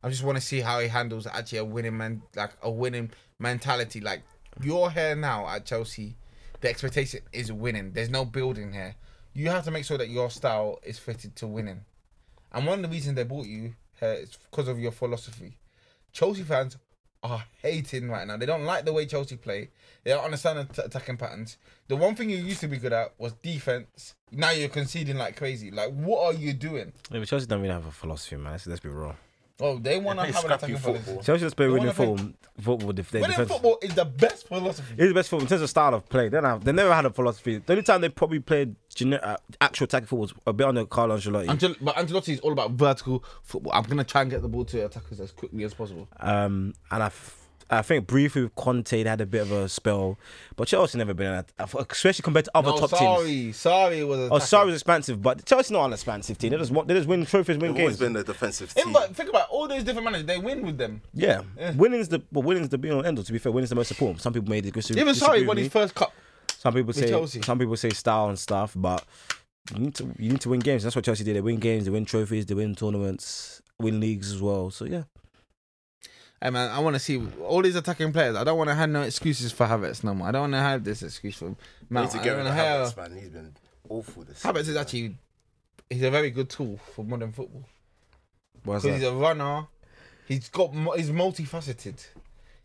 C: I just want to see how he handles actually a winning man, like a winning mentality. Like you're here now at Chelsea, the expectation is winning. There's no building here. You have to make sure that your style is fitted to winning. And one of the reasons they bought you here is because of your philosophy. Chelsea fans are hating right now. They don't like the way Chelsea play. They don't understand the t- attacking patterns. The one thing you used to be good at was defense. Now you're conceding like crazy. Like, what are you doing?
B: Yeah, but Chelsea don't really have a philosophy, man. Let's, let's be real.
C: Oh, they want to
D: It's
C: have an
D: scrappy
C: attacking
D: football.
C: philosophy.
B: Chelsea just play
C: They
B: winning
C: wanna play-
B: football. Football. Def- their
C: Winning
B: defense-
C: football is the best philosophy.
B: It's the best football in terms of style of play. They don't have, they never had a philosophy. The only time they probably played gener- uh, actual attacking football was a bit under Carlo Ancelotti.
C: Angel- but Angelotti is all about vertical football. I'm gonna try and get the ball to attackers as quickly as possible.
B: Um, and I, f- I think briefly with Conte, they had a bit of a spell, but Chelsea never been in that, especially compared to other
C: Oh,
B: top
C: sorry,
B: teams.
C: sorry, was
B: Oh, sorry, was expansive, but Chelsea not an expansive team. They just want, they just win trophies, win
D: We've always
B: games.
D: been a defensive
C: In,
D: team.
C: but think about all those different managers. They win with them.
B: yeah. winning's the well, winning's the be all and end all. To be fair, winning's the most important. Some people may disagree.
C: Even
B: disagree
C: sorry,
B: with
C: won his
B: me.
C: first cup.
B: Some people say
C: Chelsea.
B: some people say style and stuff, but you need to you need to win games. That's what Chelsea did. They win games, they win trophies, they win tournaments, win leagues as well. So yeah,
C: Hey man, I want to see all these attacking players. I don't want to have no excuses for Havertz no more. I don't want to have this excuse for
D: We
C: Mount.
D: need to
C: I
D: get
C: don't
D: rid
C: want
D: of
C: to
D: Havertz,
C: have.
D: man. He's been awful this
C: Havertz
D: season,
C: is
D: man.
C: actually he's a very good tool for modern football
B: what's
C: because he's
B: that?
C: a runner. He's got mu- he's multifaceted.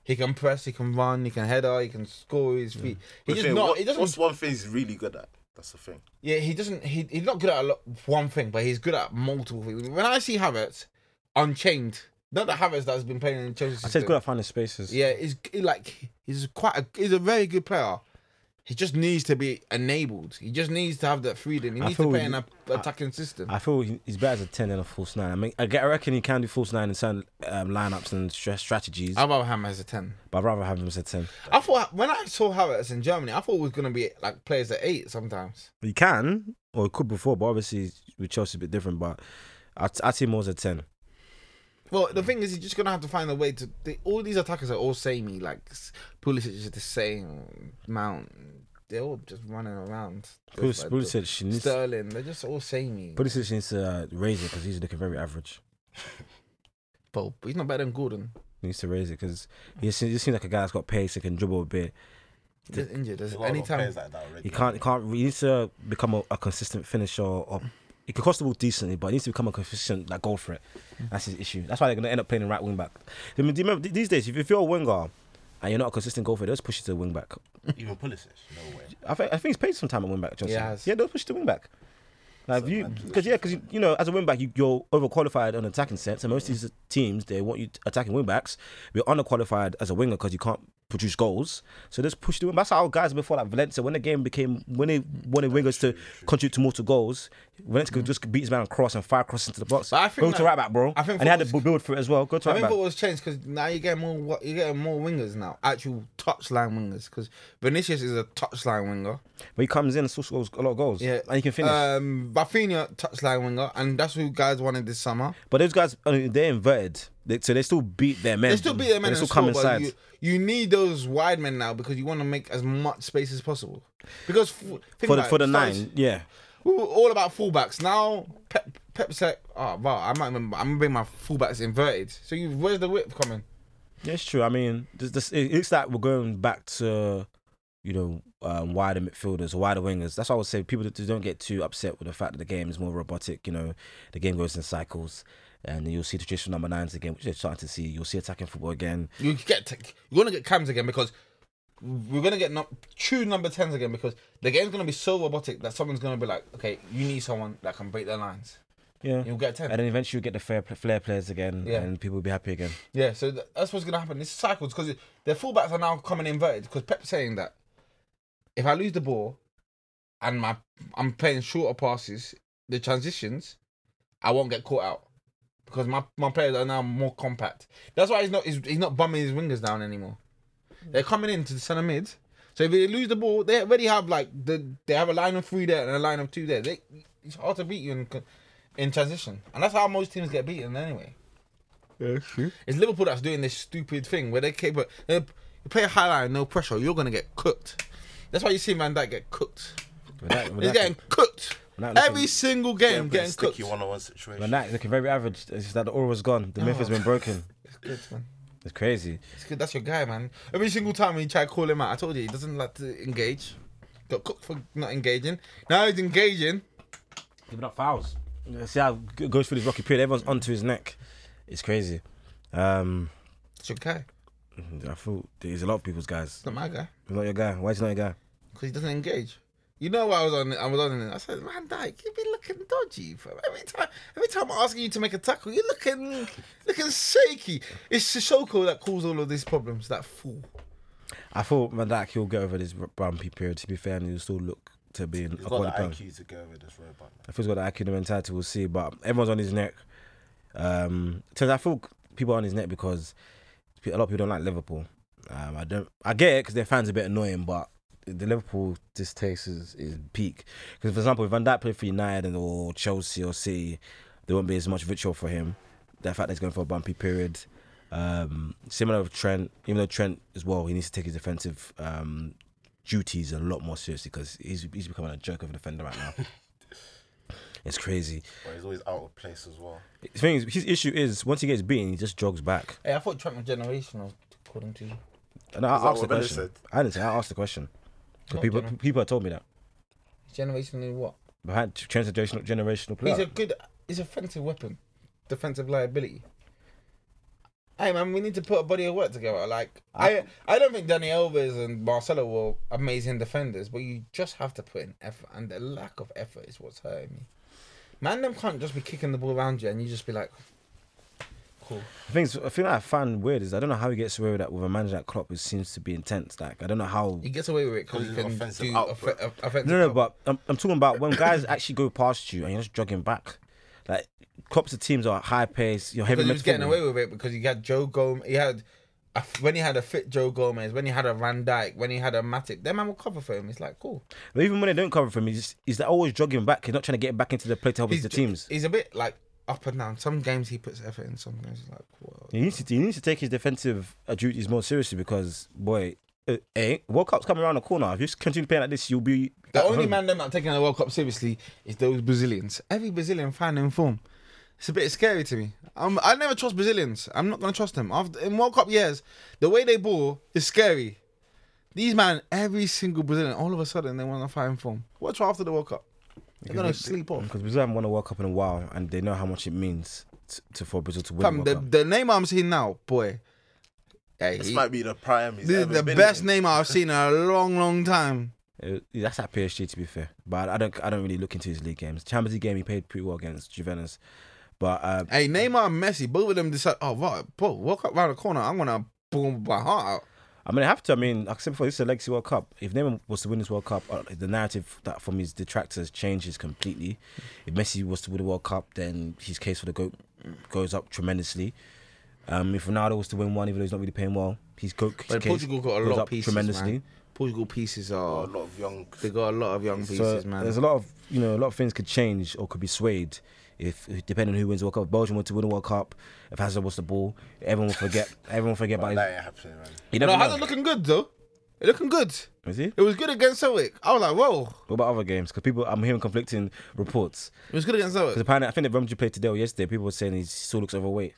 C: He can press, he can run, he can header, he can score with his feet. He
D: The
C: just
D: thing,
C: not.
D: what-
C: He doesn't.
D: What's one thing he's really good at? That's the thing.
C: Yeah, he doesn't. He, he's not good at a lot, one thing, but he's good at multiple things. When I see Havertz, unchained. Not the Havertz that's been playing in Chelsea.
B: I said good at finding spaces.
C: Yeah, he's he, like he's quite a, he's a very good player. He just needs to be enabled. He just needs to have that freedom. He
B: I
C: needs to
B: feel
C: play
B: you-
C: in an attacking system.
B: I feel he- he's better as a ten than a false nine. I mean, I, get, I reckon he can do false nine in certain um, lineups and stra- strategies,
C: I'd rather have him as a ten.
B: but I'd rather have him as a ten.
C: I thought when I saw Havertz in Germany, I thought it was gonna be like players at eight sometimes.
B: He can, or he could before, but obviously with Chelsea a bit different. But I I see him more as a ten.
C: Well, the thing is, you're just gonna have to find a way to. They, all these attackers are all samey. Like S- Pulisic is the same. Mount, they're all just running around.
B: Pulis-
C: Like,
B: Pulisic needs
C: Sterling, they're just all samey. But,
B: Pulisic needs to uh, raise it because he's looking very average.
C: he's not better than Gordon.
B: He needs to raise it because he just he just seems like a guy that's got pace and can dribble a bit.
C: He's just injured. There's
D: There's a lot of
C: anytime.
D: players like that already.
B: He can't. He can't. He needs to become a, a consistent finisher. Or he can cross the ball decently, but he needs to become a consistent like goal threat. That's his issue. That's why they're gonna end up playing in right wing back. I mean, do you remember these days? If, if you're a winger and you're not a consistent goal threat, they'll just push you to the wing back.
D: Even Pulisic, no way.
B: I think I think he's played some time at wing back. Johnson.
C: Yeah, he has.
B: yeah, they'll push you to wing back. Like
D: So
B: you,
D: bad
B: because yeah, because you, you know, as a wing back, you, you're overqualified on attacking sense, and most of these teams they want you t- attacking wing backs. You're underqualified as a winger because you can't produce goals. So just push the wing. That's how guys before like Valencia, when the game became when they wanted wingers to contribute to multiple goals, Valencia could just beat his man and cross and fire crosses into the box.
C: But I think
B: go to
C: that-
B: right back, bro.
C: I think
B: and he had to
C: football's-
B: build for it as well. Go to
C: I
B: right
C: think
B: back.
C: football's changed because now you're getting more wa- you're getting more wingers now, actual touchline wingers. Because Vinicius is a touchline winger.
B: But he comes in and still scores a lot of goals.
C: Yeah,
B: and he can finish.
C: Um, Rafinha touchline winger, and that's who guys wanted this summer.
B: but those guys, I mean, they're inverted, they, so they still beat their men.
C: They still beat their men
B: They still
C: and
B: come
C: score,
B: inside.
C: but you, you need those wide men now because you want to make as much space as possible. Because f- think
B: for the
C: about
B: for the
C: it,
B: nine,
C: Spurs,
B: yeah.
C: we were all about fullbacks. Now Pep Pep said, "Oh, wow, I might remember. I'm gonna bring my fullbacks inverted. So you, where's the width coming?
B: Yeah, it's true. I mean, this, this, it looks like we're going back to, you know, um, wider midfielders, wider wingers. That's why I would say people that don't get too upset with the fact that the game is more robotic. You know, the game goes in cycles, and you'll see the traditional number nines again, which they're starting to see. You'll see attacking football again.
C: You get t- you're gonna get cams again because." We're gonna get no- true number tens again because the game's gonna be so robotic that someone's gonna be like, okay, you need someone that can break their lines.
B: Yeah,
C: You'll get a ten.
B: and then eventually you'll get the fair pl- flair players again,
C: Yeah.
B: and people will be happy again.
C: Yeah, so th- that's what's going to happen. It's cycles because their fullbacks are now coming inverted because Pep's saying that if I lose the ball and my I'm playing shorter passes, the transitions, I won't get caught out because my, my players are now more compact. That's why he's not he's, he's not bumming his wingers down anymore. They're coming in to the center mid. So if they lose the ball, they already have like the they have a line of three there and a line of two there. They, it's hard to beat you in in transition, and that's how most teams get beaten anyway. It's Liverpool that's doing this stupid thing where they keep they you play a high line, no pressure, you're gonna get cooked. That's why you see Van Dijk get cooked.
B: Van Dijk- Van
C: He's
B: Dijk-
C: getting cooked.
B: Van Dijk looking-
C: Every single game,
D: Playing
C: getting cooked.
D: sticky one-on-one situation.
B: Van Dijk is looking very average. It's just that the aura's gone. The myth
C: Oh.
B: has been broken.
C: Good, man.
B: It's crazy.
C: It's good. That's your guy, man. Every single time we try to call him out, I told you he doesn't like to engage. Got cooked for not engaging. Now he's engaging.
B: Giving up fouls. See how it goes through this rocky period. Everyone's onto his neck. It's crazy. Um,
C: It's your guy.
B: I feel there's a lot of people's guys.
C: It's not my guy
B: He's not your guy. Why is he not your guy?
C: because he doesn't engage. You know what I was on? I was on it. I said, "Man, Dyke, you be looking dodgy, bro. Every time, every time I'm asking you to make a tackle, you're looking, looking shaky. It's Sissoko that caused all of these problems. That fool.
B: I thought Van Dijk he'll get over this bumpy period. To be fair, and he'll still look to be in
D: He's
B: a
D: got the
B: quality player.
D: IQ to go with this robot. man.
B: If he's got the IQ and the mentality, we'll see. But everyone's on his neck. Um, so I feel people are on his neck because a lot of people don't like Liverpool. Um, I don't. I get it because their fans are a bit annoying, but the Liverpool distaste is, is peak. Because for example, if Van Dijk played for United and or Chelsea or City, there won't be as much vitriol for him. The fact that he's going for a bumpy period. Um, similar with Trent, even though Trent as well, he needs to take his defensive um, duties a lot more seriously because he's he's becoming a joke of a defender right now. it's crazy.
D: But he's always out of place as well.
B: The thing is, his issue is once he gets beaten, he just jogs back.
C: Hey, I thought Trent was generational, according to you.
B: And I
D: Is that
B: asked the
D: what Bella
B: question.
D: said?
B: I didn't say. I asked the question. 'Cause
C: Not
B: People,
C: general.
B: people had told me that
C: Generational in what?
B: behind transgenerational generational
C: He's
B: player.
C: a good. He's a offensive weapon, defensive liability. Hey man, we need to put a body of work together. Like I, I don't think Danny Alves and Marcelo were amazing defenders, but you just have to put in effort, and the lack of effort is what's hurting me. Man, them can't just be kicking the ball around you, and you just be like, cool.
B: The thing, is, the thing that I find weird is I don't know how he gets away with that with a manager like Klopp who seems to be intense. Like I don't know how.
C: He gets away with it because
D: Because
C: he
D: it's an
C: can
D: offensive
C: do
D: output.
C: offe- off- offensive.
B: No, no,
C: output.
B: but I'm, I'm talking about when guys actually go past you and you're just jogging back. Like Klopp's teams are high pace. You're heavy.
C: Because he
B: metal
C: was getting
B: football.
C: away with it because he had Joe Gomez. He had a, when he had a fit Joe Gomez, when he had a Van Dyke, when he had a Matic. Them man will cover for him. It's like cool.
B: But even when they don't cover for him, he's, just- he's always jogging back. He's not trying to get back into the play to help his the teams.
C: He's a bit like up and down. Some games he puts effort in. Some games he's like, well,
B: He needs to he needs to take his defensive uh, duties more seriously because boy, uh, eh, World Cup's coming around the corner. If you continue playing like this, you'll be
C: the
B: at
C: only
B: home.
C: man them not taking the World Cup seriously is those Brazilians. Every Brazilian fan in form. It's a bit scary to me. Um, I never trust Brazilians. I'm not gonna trust them. After, in World Cup years, the way they ball is scary. These man, every single Brazilian, all of a sudden they want to find form. Watch after the World Cup. They're gonna sleep off.
B: because Brazil haven't won a World Cup in a while, and they know how much it means to, to for Brazil to win.
C: Fam,
B: a World
C: the,
B: Cup.
C: the name I'm seeing now, boy. Hey,
D: This
C: he-
D: might be the prime. He's
C: this is
D: ever
C: the
D: been
C: best
D: in.
C: name I've seen in a long, long time.
B: Uh, that's at PSG to be fair, but I don't I don't really look into his league games. Champions League game he played pretty well against Juventus, but uh,
C: Hey, Neymar and Messi, both of them decide, oh, right, bro, walk up round the corner. I'm going to boom my heart out.
B: I mean I have to. I mean, like I said before, this is a legacy World Cup. If Neymar was to win this World Cup, uh, the narrative that from his detractors changes completely. If Messi was to win the World Cup, then his case for the goat goes up tremendously. Um, if Ronaldo was to win one, even though he's not really playing well, his goat his
C: But
B: case
C: Portugal got a
B: goes
C: lot of
B: up
C: pieces.
B: tremendously. Oh.
C: Man. Portugal pieces
D: Got
C: are.
D: A lot of young.
C: They got a lot of young pieces,
B: So
C: man.
B: there's a lot of you know a lot of things could change or could be swayed if depending on who wins the World Cup. If Belgium were to win the World Cup, if Hazard was the ball, everyone will forget. everyone will forget about
D: But
B: his.
D: that ain't happening, man.
B: You
C: no,
B: never know.
C: Hazard looking good, though. They're looking good.
B: Is he?
C: It was good against Celtic. I was like, whoa.
B: What about other games? Because people, I'm hearing conflicting reports.
C: It was good against
B: Because
C: Celtic.
B: apparently, I think that Rumji played today or yesterday. People were saying he still looks overweight.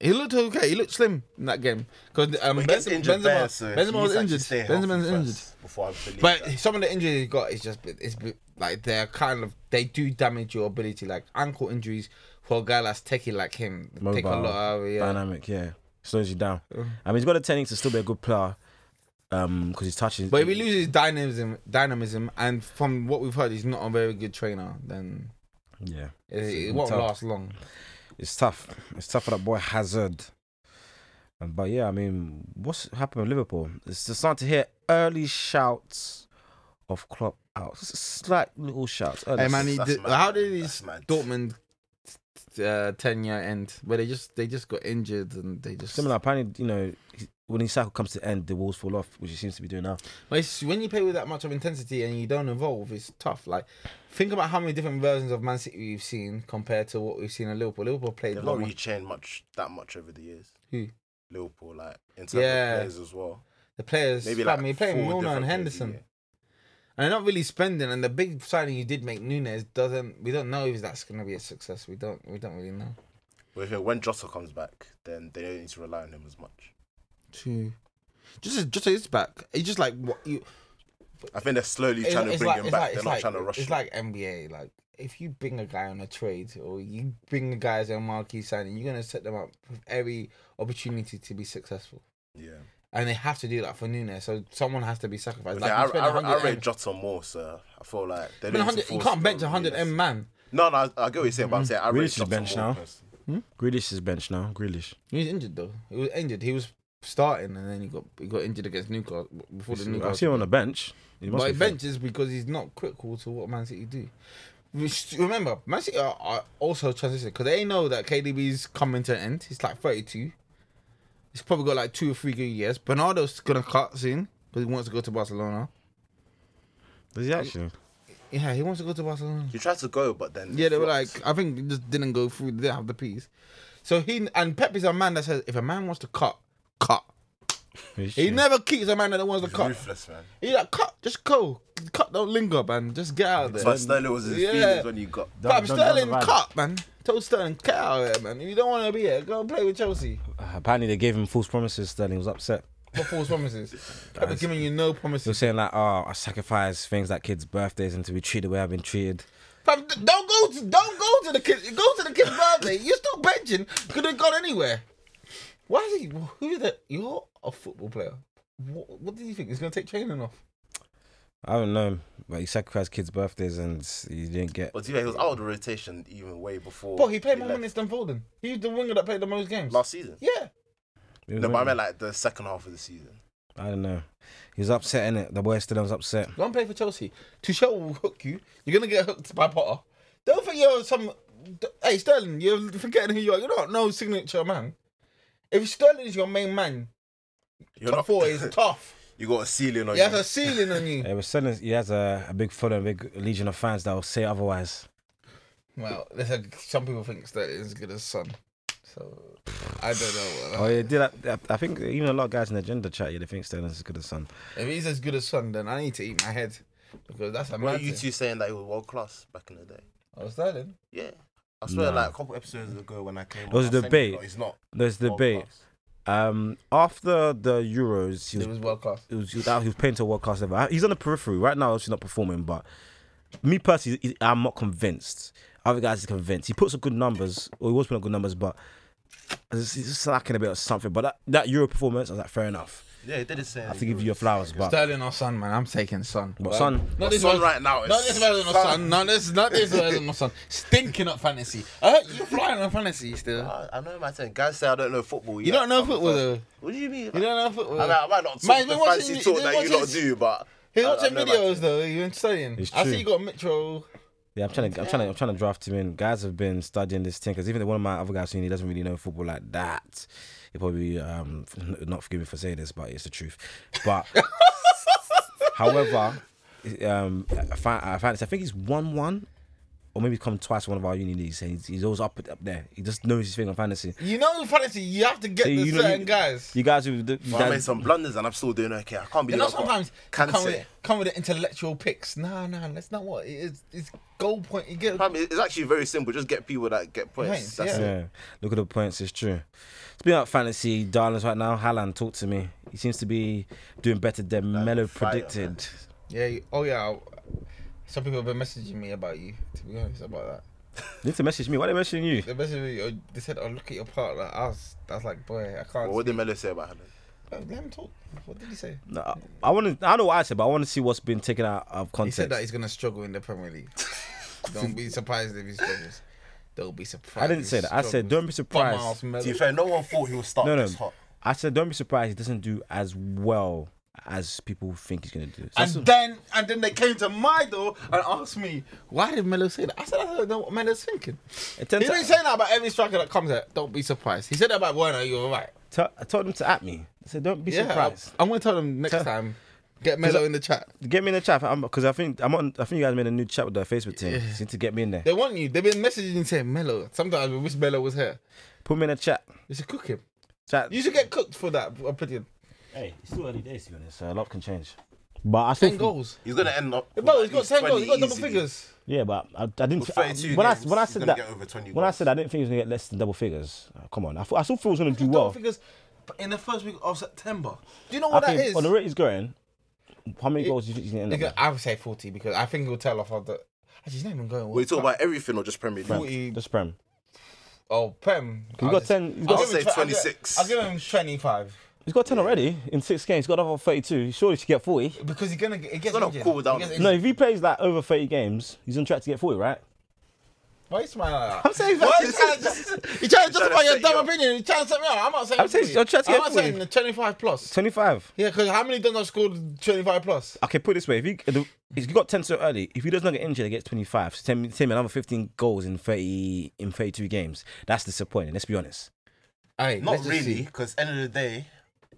C: He looked okay. He looked slim in that game. Because um,
D: But he gets
C: Benzema,
D: injured
C: Benzema,
D: there, so he
C: Benzema was
D: needs to actually
C: injured.
D: stay
C: Benzema's
D: healthy first
C: injured.
D: Before I believe
C: But
D: that.
C: some of the injuries he got is just it's be- like they're kind of they do damage your ability. Like ankle injuries for a guy that's techie like him
B: Mobile,
C: take a lot out of yeah.
B: dynamic, yeah. Slows you down. I mean, he's got a tendency to still be a good player um, because he's touching.
C: But if he loses dynamism, dynamism, and from what we've heard, he's not a very good trainer. Then
B: yeah,
C: it, it
B: It's
C: won't
B: tough.
C: last long.
B: it's tough. It's tough for that boy Hazard. Um, But yeah, I mean, what's happened with Liverpool? It's just starting to hear early shouts of Klopp out. S- Slight little shouts. Oh, early.
C: Hey man, he
D: that's
C: did,
D: mad,
C: how
D: man.
C: did his
D: That's mad.
C: Dortmund uh, tenure end? Where they just they just got injured and they just
B: Similar, apparently, you know, he- when his cycle comes to end, the walls fall off, which he seems to be doing now.
C: But it's, when you play with that much of intensity and you don't evolve, it's tough. Like, think about how many different versions of Man City we've seen compared to what we've seen in Liverpool. Liverpool played
D: They've
C: one-
D: not really changed much that much over the years.
C: Who?
D: Liverpool, like in terms
C: Yeah.
D: of players as well.
C: the players.
D: Maybe
C: Maybe
D: like
C: like me playing
D: four
C: Milner
D: different
C: and
D: players a
C: Henderson,
D: year.
C: and they're not really spending. And the big signing you did make, Nunes, doesn't. We don't know if that's going to be a success. We don't. We don't really know.
D: But if, when Jota comes back, then they don't need to rely on him as much.
C: True. Just just his back. It's just like what you.
D: I think they're slowly
C: It's,
D: trying to
C: it's
D: bring
C: like,
D: him
C: it's
D: back.
C: like,
D: they're
C: it's
D: not
C: like,
D: trying to rush
C: it's
D: him.
C: like NBA. Like if you bring a guy on a trade or you bring a guy as a marquee signing, you're gonna set them up with every opportunity to be successful.
D: yeah.
C: and they have to do that for Nunes. So someone has to be sacrificed.
D: But
C: Like,
D: yeah,
C: you
D: I,
C: spend
D: I, I
C: 100 M.
D: rate Jota more, so I feel like they
C: I mean, 100
D: don't need to
C: you
D: force
C: can't bench
D: the
C: 100
D: Nunes.
C: M man.
D: No, no, I, I get what you're saying, but I'm saying I rate
B: Grealish is
D: Jota
B: bench
D: more.
B: now.
D: personally.
B: Grealish is bench now. Grealish.
C: He was injured though. He was injured. He was starting, and then he got he got injured against Newcastle before the
B: I see
C: Newcastle.
B: him on the bench. He must
C: But
B: be
C: he
B: fit.
C: benches because he's not critical to what Man City do. Which, remember, Man City are, are also transitioning because they know that KDB's coming to an end. He's like 32. He's probably got like two or three good years. Bernardo's gonna cut soon because he wants to go to Barcelona.
B: Does he actually?
C: Yeah, he wants to go to Barcelona.
D: He tried to go, but then
C: Yeah, they were like,
D: flopped.
C: I think it just didn't go through. They didn't have the piece. So he and Pep is a man that says if a man wants to cut, cut. He never keeps a man that wants to cut.
D: ruthless, man.
C: He like cut, just go, cut, don't linger, man, just get out of there.
D: But Sterling was his
C: Yeah.
D: feelings when he got.
C: Fam, Sterling, cut, man. Told Sterling, get out of here, man. If you don't want to be here, go and play with Chelsea.
B: Apparently, they gave him false promises. Sterling was upset.
C: What false promises? Pep is giving you no
B: He was
C: promises.
B: saying like, "Oh, I sacrifice things like kids' birthdays and to be treated the way I've been treated."
C: Fam, d- don't go, to, don't go to the kid. Go to the kid's birthday. You're still benching. Could have gone anywhere. Why is he? Who is that? You're a football player. What, what do you think? He's gonna take training off.
B: I don't know, but he sacrificed kids' birthdays and he didn't get.
D: But yeah, he was out of the rotation even way before.
C: Bro, he played more
D: left.
C: minutes than Foden. He's the winger that played the most games.
D: last season.
C: Yeah.
D: No, but I meant like the second half of the season.
B: I don't know. He was upset in it. The boy still was upset.
C: Go and play for Chelsea. Tuchel will hook you. You're gonna get hooked by Potter. Don't think you're some. d- Hey Sterling, you're forgetting who you are. You're not no signature man. If Sterling is your main man,
D: You're Oh,
C: top four is tough.
D: you got a ceiling on
C: He has
D: you.
C: a ceiling on you.
B: It was Sterling. He has a, a big following, a big legion of fans that will say otherwise.
C: Well, there's a, some people think Sterling is as good as Son. So I don't know.
B: Oh yeah, did I, I think even a lot of guys in the gender chat, yeah, they think Sterling's as good as son.
C: If he's as good as Son, then I need to eat my head because that's a
D: Were
C: man.
D: you two saying that he was world class back in the day?
C: Oh, Sterling.
D: Yeah. I swear,
B: Nah.
D: like a couple episodes ago when I came,
B: was
D: I
B: a
D: said,
B: debate.
D: "No, He's not.
B: There's the
D: world
B: debate.
D: class."
B: Um, after the Euros, he
C: He
B: was
C: was world class.
B: it was, he was out- he was playing to a world class level. I- He's on the periphery right now. Obviously not performing, but me personally, he- I'm not convinced. Other guys are convinced. He puts up good numbers, or he was putting up good numbers, but he's he's slacking a bit or something. But that, that Euro performance, I was like, fair enough.
D: Yeah, he did the same.
B: I have to give you your flowers, but
C: Sterling or Son, man. I'm taking Son.
B: but son,
C: Not
D: Son right now is
C: Not this version of
D: Son.
C: Son. Not this. Not this version of Son. Stinking up fantasy. I heard you flying on fantasy still.
D: I, I know my thing. Guys say I don't know football.
C: you don't know football though.
D: What do you mean?
C: You don't know football.
D: I, mean, I might not
C: Man,
D: talk
C: he's
D: the
C: been
D: fancy
C: watching-
D: talk
C: he's
D: that
C: been
D: you lot
C: watching-
D: do, but
C: He's
D: I- I
C: watching
D: know my
C: videos
D: thing.
C: though. You've been studying.
B: It's
C: I
B: true.
C: see you got Mitro.
B: yeah, I'm trying to, I'm trying to, I'm trying to draft him in. Guys have been studying this thing because even one of my other guys who he doesn't really know football like that. He probably um f- not forgive me for saying this, but it's the truth. But However, um, I find, I find I think he's one one, or maybe come twice in one of our uni leagues. and He's, he's always up up there. He just knows his thing on fantasy.
C: You know in fantasy you have to get
B: So
C: the
B: you know-
C: certain
B: you-
C: guys.
B: You guys who that,
D: Well, I made some blunders and I'm still doing okay. I can't
C: You
D: believe
C: know
D: I got
C: sometimes you come
D: cancer.
C: with, come with the intellectual picks. Nah, nah, that's not what it is. It's goal point. You get
D: Fam, It's actually very simple. Just get people that get points.
C: Points, yeah.
D: That's it.
B: yeah, look at the points. It's true. Speaking about fantasy darlings right now, Haaland, talk to me. He seems to be doing better than
D: Like
B: Melo
D: fire,
B: predicted.
C: Yeah. you- Oh yeah. Some people have been messaging me about you. To be honest about that.
B: You need to message me. Why are they messaging you?
C: They messaged me. oh, They said, "Oh look at your partner." I was. I was like, "Boy, I can't."
D: Well, what did Melo say about Haaland?
C: Oh, Let him talk. What did he say?
B: No, I, I want to. I know what I said, but I want to see what's been taken out of
C: He
B: context.
C: said that he's gonna struggle in the Premier League. don't be surprised if he struggles. Don't be surprised.
B: I didn't say that. I said don't be surprised.
D: To be fair, no one thought he would start
B: No, no.
D: this hot.
B: I said, don't be surprised he doesn't do as well as people think he's going to do. So
C: And
B: that's-
C: then and then they came to my door and asked me, "Why did Melo say that?" I said, "I don't know what Melo's thinking."
B: it
C: He
B: turns
C: didn't
B: out-
C: say that about every striker that comes out. Don't be surprised. He said that about Werner. You're right.
B: Tell- I told them to at me. I said, don't be
C: Yeah,
B: surprised.
C: I, am gonna tell them next
B: Tell-
C: time. Get Melo in the chat.
B: Get me in the chat because I think I'm on. I think you guys made a new chat with the Facebook team. You need to get me in there.
C: They want you. They've been messaging saying Melo. Sometimes we wish Melo was here.
B: Put me in the chat.
C: You should cook him.
B: Chat.
C: You should get cooked for that opinion.
B: Hey, it's still early days to be honest. So a lot can change. But I still
C: Ten goals.
D: He's gonna end up. with
C: Bro,
D: at
C: he's got
D: least
C: ten goals. He's got
D: 20
C: double
D: easily.
C: figures.
B: Yeah, but I, I didn't.
D: With
B: I,
D: 32
B: when I
D: games,
B: when I
D: he's
B: said
D: gonna
B: that,
D: get over 20
B: when I
D: goals.
B: said I didn't think he was gonna get less than double figures. Uh, come on, I, thought I still thought he was gonna do
C: Double
B: well.
C: figures in the first week of September. Do you know what
B: I
C: that
B: think
C: is?
B: on the rate he's going, how many goals do you think he's gonna end up?
C: He's gonna-
B: with?
C: I would say forty because I think he'll tell off other. Actually, he's not even going.
D: Well, you talk about everything or just Premier League.
C: forty.
B: Just prem.
C: Oh, Prem.
B: He's
C: I'll
B: got
C: just-
B: 10 he's
C: I'll
B: got-
C: give him
D: I'll say
C: tw- I'll give-
D: 26.
C: I'll give him twenty-five
B: He's got ten already in six games. He's got another thirty-two. He Surely he should get forty.
C: because he's gonna. It gets
D: gonna
C: injured.
D: cool down.
C: He gets
B: No,
C: injured.
B: if he plays like over thirty games, he's on track to get forty, right?
C: Why you smiling like that?
B: I'm saying
C: Why you
B: that-
C: trying to- you trying to justify your
D: set you
C: dumb
D: up.
C: opinion? You trying to set me up? I'm not saying.
B: I'm saying
C: 40.
B: you're trying to
C: I'm
B: get
C: not saying
B: 40.
C: the twenty-five plus.
B: Twenty-five.
C: Yeah, because how many don't score twenty-five plus?
B: Okay, put it this way: if he if he got ten so early, if he does not get injured, he gets twenty-five. So Tim, Tim another fifteen goals in thirty in thirty-two games. That's disappointing. Let's be honest.
C: Hey,
D: Not
C: let's just
D: really,
C: see.
D: because end of the day,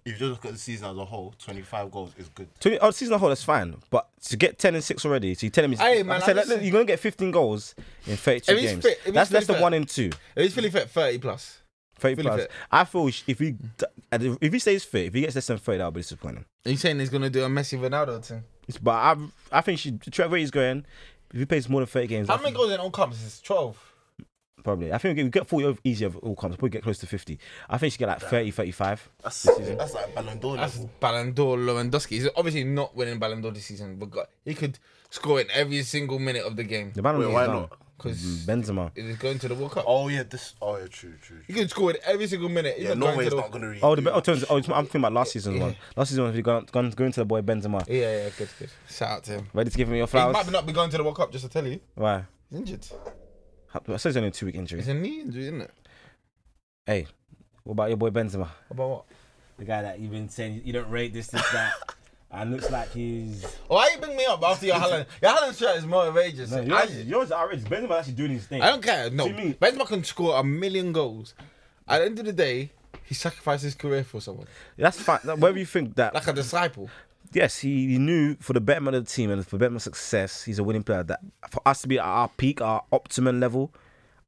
D: if you look at the season as a whole, 25 goals is good.
B: Twenty oh, season as a whole, that's fine. But to get ten and six already, so you're telling me,
C: Hey,
B: like
C: man,
B: I said,
C: I
B: let-
C: listen-
B: you're gonna get fifteen goals in thirty-two
C: If he's
B: games.
C: fit- if he's
B: that's less
C: fully
B: than
C: fit.
B: one in two.
C: He's fully fit thirty plus.
B: 30
C: Fully
B: plus.
C: fit.
B: I feel sh- if he d- if he stays fit, if he gets less than thirty, that'll be disappointing.
C: Are you saying he's gonna do a Messi Ronaldo thing?
B: It's- But I I think she, Trevor is going. If he plays more than thirty games, I
C: How many
B: think-
C: goals in all comps? It's twelve.
B: probably. I think we get forty over easier of all comes. Probably get close to fifty. I think she get like 30, 35.
D: That's that's like Ballon d'Or
C: That's
D: level.
C: Ballon d'Or Lewandowski. He's obviously not winning Ballon d'Or this season, but God, he could score in every single minute of the game
B: The Ballon
D: Wait,
B: d'Or
D: why
B: is down.
D: not?
B: Mm-hmm.
C: because
B: Benzema.
C: it is going to the World Cup.
D: Oh yeah, this. Oh yeah, true, true.
C: He could score in every single minute. He's
D: Yeah,
C: not going
D: Norway's
C: to the
D: not gonna. Really
B: Oh, the,
D: do
B: oh,
D: much.
B: terms, oh, it's- I'm thinking about last season's one. Last season one, he gone gone going to the boy Benzema.
C: Yeah, yeah, good, good. Shout out to him.
B: Ready to give him your
C: He
B: flowers?
C: might not be going to the World Cup, just to tell you.
B: Why?
C: He's injured.
B: I said it's only a two week injury.
C: It's a knee injury, isn't it?
B: Hey, what about your boy Benzema?
C: About what?
B: The guy that you've been saying you don't rate this, this, that, and looks like he's.
C: Why you bring me up after your Haaland? Your Haaland shirt is more outrageous.
B: No,
C: I,
B: yours, yours is outrageous. Benzema's actually doing his thing.
C: I don't care. No,
B: What do you mean?
C: Benzema can score a million goals. At the end of the day, he sacrificed his career for someone,
B: That's fine. Like, Whether you think that,
C: like a disciple.
B: yes, he, he knew for the betterment of the team and for betterment of success, he's a winning player. That for us to be at our peak, our optimum level,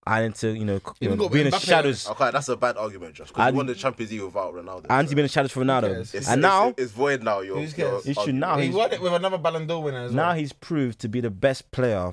B: I need to, you know, c- you
C: Even
B: know
C: got
B: be in the
C: Mbappe.
B: shadows.
D: Okay, that's a bad argument, just because
B: And-
D: you won the Champions League without Ronaldo.
B: And
D: so
B: he's been in the shadows for Ronaldo.
C: cares?
D: it's,
B: and
D: it's-
B: now,
D: it's, void now. Your,
C: Who cares?
D: your
B: It should
D: argument.
B: now-
C: He
B: he's-
C: won it with another Ballon d'Or winner as well.
B: now he's proved to be the best player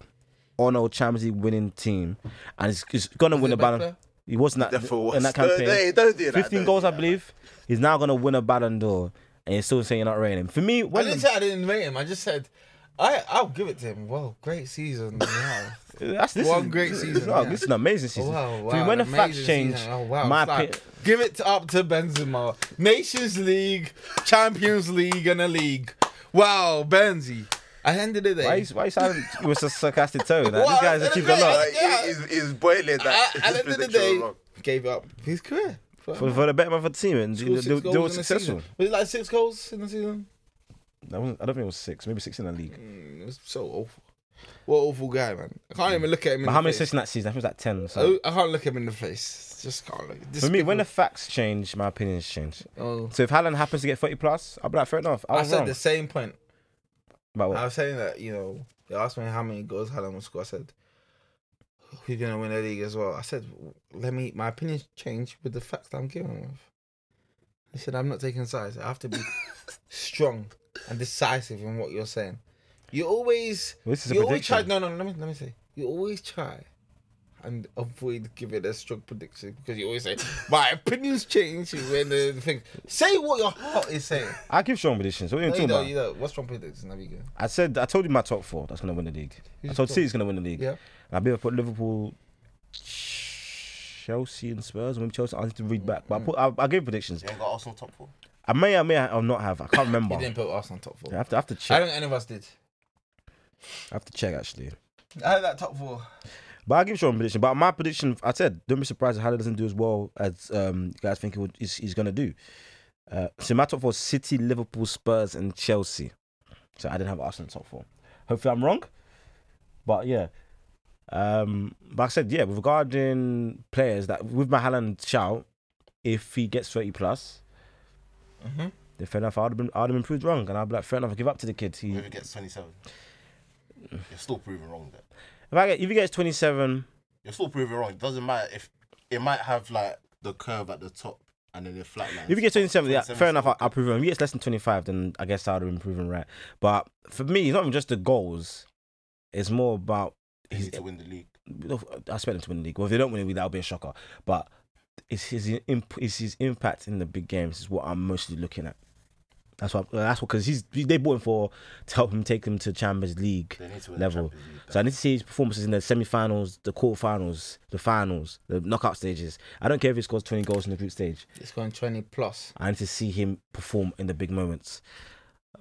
B: on our Champions League winning team, and he's, he's gonna win
C: he
B: the
C: back
B: Ballon.
C: there?
B: He wasn't that
D: Therefore,
B: in that
D: what's-
B: campaign.
D: Hey, don't do that,
B: 15
D: don't
B: goals,
D: do
B: I
D: that.
B: believe. He's now gonna win a Ballon d'Or, and you're still saying you're not rating him. For me,
C: I
B: when
C: didn't say I didn't rate him. I just said, I I'll give it to him. Well, great season. Wow.
B: That's this
C: One
B: is,
C: great
B: this-
C: season,
B: No,
C: yeah. Oh,
B: This is an amazing season.
C: Wow,
B: For me,
C: wow,
B: when the
C: an
B: facts
C: amazing
B: change,
C: season. Oh, wow,
B: my
C: it's like-
B: opinion.
C: Give it up to Benzema. Nations League, Champions League, and a league. Wow, Benzi. At the end of the day,
B: Why is why is sounding with a sarcastic tone? Like,
C: Wow,
B: this guy's
C: that's
B: achieved a
C: great.
B: lot
D: Like, it- it's, it's boiling that.
C: at,
D: it's
C: at
D: just
C: the end of the
D: prediction
C: day,
D: wrong.
C: gave up his career. For,
B: for, for the betterment of the team, and they,
C: scored six
B: they,
C: goals
B: they were
C: in the
B: successful.
C: season. Was it like six goals in the season?
B: That wasn't, I don't think it was six, maybe six in the league.
C: Mm, it was so awful. What an awful guy, man. I
B: Mm.
C: can't even look at him. In
B: But
C: the
B: how many
C: face.
B: assists in that season? I think it was like ten. Or so.
C: I, I can't look him in the face. Just can't look. Just
B: For me, when the facts change, my opinions change.
C: oh,
B: So if Haaland happens to get 30 plus, I'll be like, fair enough. I
C: I
B: was
C: said
B: wrong.
C: the same point.
B: About what?
C: I was saying that, you know, they asked me how many goals Haaland will score. I said, who's going to win the league as well? I said, let me, my opinions change with the facts that I'm giving them. He said, I'm not taking sides. I have to be strong and decisive in what you're saying. You always,
B: This is a
C: you always try,
B: prediction.
C: no, no, let me, let me say, you always try and avoid giving a strong prediction because you always say, my opinions change when the thing, say what your heart is saying.
B: I give strong predictions. What are you
C: No,
B: talking
C: you don't,
B: about?
C: you don't. What's wrong with predictions? There we go.
B: I said I told you my top four that's gonna win the league. I
C: Who's
B: told
C: top?
B: City's gonna win the league.
C: Yeah.
B: And I be put Liverpool, Chelsea, and Spurs. Maybe Chelsea. I need to read back, but I
C: Mm.
B: put I, I gave predictions.
D: You ain't got Arsenal top four.
B: I may, I may, or not have. I can't remember.
C: You
B: I
C: didn't put Arsenal top four.
B: have to, I have to
C: I
B: check.
C: don't think any of us did.
B: I have to check actually.
C: I had that top four.
B: But I give strong prediction. But my prediction, I said, don't be surprised if Haller doesn't do as well as um, you guys think he would, he's, he's gonna do. Uh, so my top four: City, Liverpool, Spurs, and Chelsea. So I didn't have Arsenal top four. Hopefully I'm wrong, but yeah. Um, but I said yeah. With regarding players that with my Haaland shout, if he gets 30 plus,
C: Mhm.
B: then fair enough, I would have been, I would have been proved wrong. And I'd be like, fair enough, I give up to the kid. He,
D: Whoever gets 27, you're still proving wrong there.
B: if, I get, if he gets 27,
D: You're still proving wrong. It doesn't matter if it might have like the curve at the top and then it flatlines.
B: if he gets 27, yeah,
D: 27
B: fair
D: is
B: enough, I,
D: still
B: I'll prove him. If he gets less than 25, then I guess I would have been proven right. But for me, it's not even just the goals, it's more about
D: good. They
B: his
D: need to win the league.
B: I expect them to win the league. Well, if they don't win the league, that'll be a shocker. But it's his imp- it's his impact in the big games is what I'm mostly looking at. That's what that's what because he's they bought him for to help him take them to Champions League
D: They need to win
B: level.
D: the Champions League.
B: So I need to see his performances in the semi-finals, the quarterfinals, the finals, the knockout stages. I don't care if he scores 20 goals in the group stage.
C: It's going 20 plus.
B: I need to see him perform in the big moments.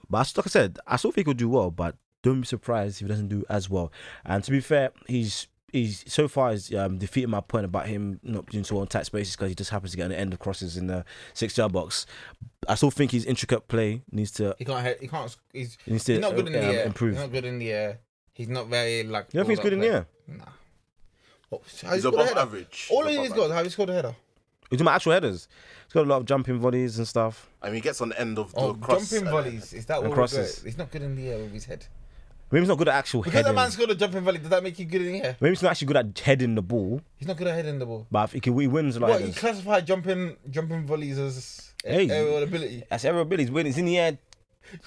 B: But as- like I said, I still think he'll do well, but don't be surprised if he doesn't do as well. And to be fair, he's he's so far he's um, defeated my point about him not doing so well in tight spaces because he just happens to get on the end of crosses in the six yard box. I still think his intricate play needs to
C: He can't. He can't. He's,
B: needs to
C: he's not good in the
B: um,
C: air.
B: improve.
C: He's
B: You
C: not good in the air. He's not very like.
B: don't think he's good in the air?
C: Nah. Oh,
D: He's above average.
C: All
D: He's
C: of these
D: above
C: goals, how he scored a header?
B: He's my actual headers. He's got a lot of jumping volleys and stuff.
D: I mean, he gets on the end of the
C: Oh,
D: cross.
C: jumping
D: and-
C: volleys. Is that what we're
B: crosses.
C: doing? He's not good in the air with his head.
B: Maybe he's not good at actual
C: Because that
B: heading.
C: man scored a jumping volley, does that make you good in the air?
B: Maybe he's not actually good at heading the ball,
C: He's not good at heading the ball.
B: but I think he, he wins a lot. of
C: What you
B: headers.
C: classify jumping jumping volleys as
B: Hey.
C: aerial ability?
B: That's aerial ability. When it's in the air,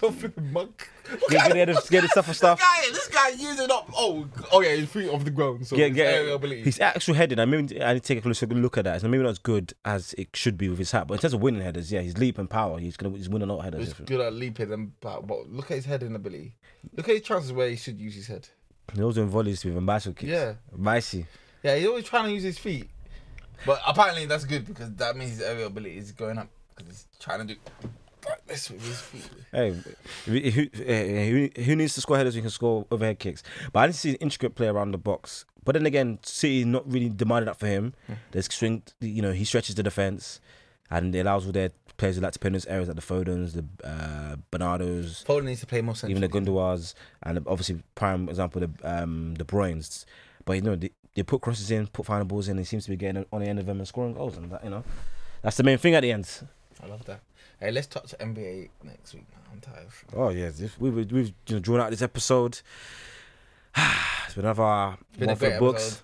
C: You're a flipping monk.
B: get, get, get, get his stuff and stuff.
C: Guy, this guy using up. Oh, oh yeah, his feet off the ground. So
B: Get,
C: his
B: get,
C: aerial ability.
B: his actual heading, I mean, I need to take a closer look at that. It's maybe not as good as it should be with his hat, but in terms of winning headers, yeah, his leap and power, he's gonna he's winning a lot of headers.
C: He's good at leaping and but, but look at his heading ability. Look at his chances where he should use his head.
B: He was doing volleys with bicycle kicks.
C: Yeah.
B: Vicey.
C: Yeah, he's always trying to use his feet. But apparently that's good because that means his aerial ability is going up because he's trying to do like this with his feet.
B: Hey, who, who, eh, who- who needs to score headers? We can score overhead kicks. But I didn't see an intricate play around the box. But then again, City not really demanding that for him.
C: Hmm.
B: There's swing, you know, he stretches the defense, and it allows all their players who like to play in those areas, like the Fodens, the uh, Bernardos,
C: Foden needs to play more central.
B: even the Gundawars and obviously prime example the um the Bruins. But you know they, they put crosses in, put final balls in, and seems to be getting on the end of them and scoring goals and that you know. That's the main thing at the end.
C: I love that. Hey, let's touch NBA next week. man. I'm tired.
B: Oh yeah, this, we we- we've you know, drawn out this episode. it's been another
C: Been
B: one
C: a
B: for
C: great
B: the books.
C: episode.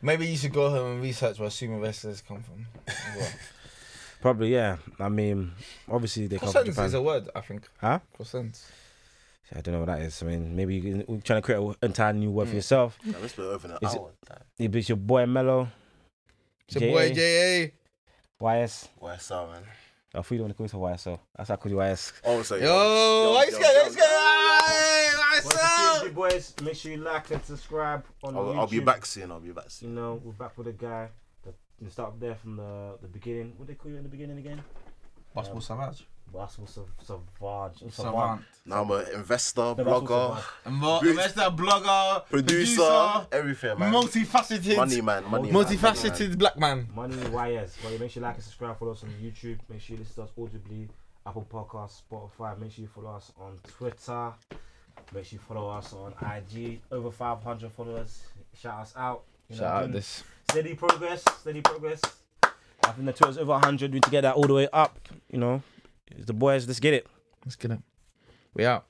C: Maybe you should go home and research where sumo wrestlers come from. Well,
B: Probably yeah. I mean, obviously they come from
C: Croissants is
B: Japan.
C: a word, I think.
B: Huh?
C: Croissants.
B: I don't know what that is. I mean, maybe you can, are trying to create an entire new
C: Mm.
B: word for yourself.
D: Nah, This been over an
B: Is it-
D: hour. damn.
B: It's your boy Mello,
C: It's your boy
B: JA.
C: JA.
B: YS.
D: What's up, man?
B: I feel you want to call yourself YSO. That's how I call you YS.
D: Oh, so
C: Yo, why you scared? Why you scared? Hey,
B: Well,
C: what's
B: it's
C: up?
B: the TNG boys, make sure you like and subscribe on the
D: I'll, I'll be
B: YouTube.
D: back soon. I'll be back soon.
B: You know, we're back with a guy. That, you start there from the, the beginning. What they call you in the beginning again?
C: Possible Savage.
B: Basketball sav- savage. Savant.
C: Savant.
D: Now I'm an investor,
B: Basketball
D: blogger,
B: savant.
D: Boost.
C: Investor, blogger,
D: producer,
C: producer,
D: everything, man.
C: multifaceted,
D: money, man. Money, Man, money,
C: multifaceted black man.
B: Money YS. Well, you make sure you like and subscribe. Follow us on YouTube. Make sure you listen to us audibly. Apple Podcasts, Spotify. Make sure you follow us on Twitter. Make sure you follow us on IG. Over 500 followers. Shout us out. You know, doing-
C: this.
B: steady progress, steady progress. I think the Twitter's over 100. We need to get that all the way up. You know, it's the boys. Let's get it.
C: Let's get it. We out.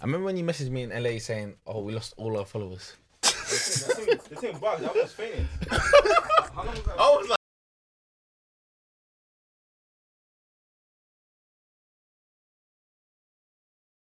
C: I remember when you messaged me in LA saying, "Oh, we lost all our followers."
B: The thing bugs. I was fainting. How long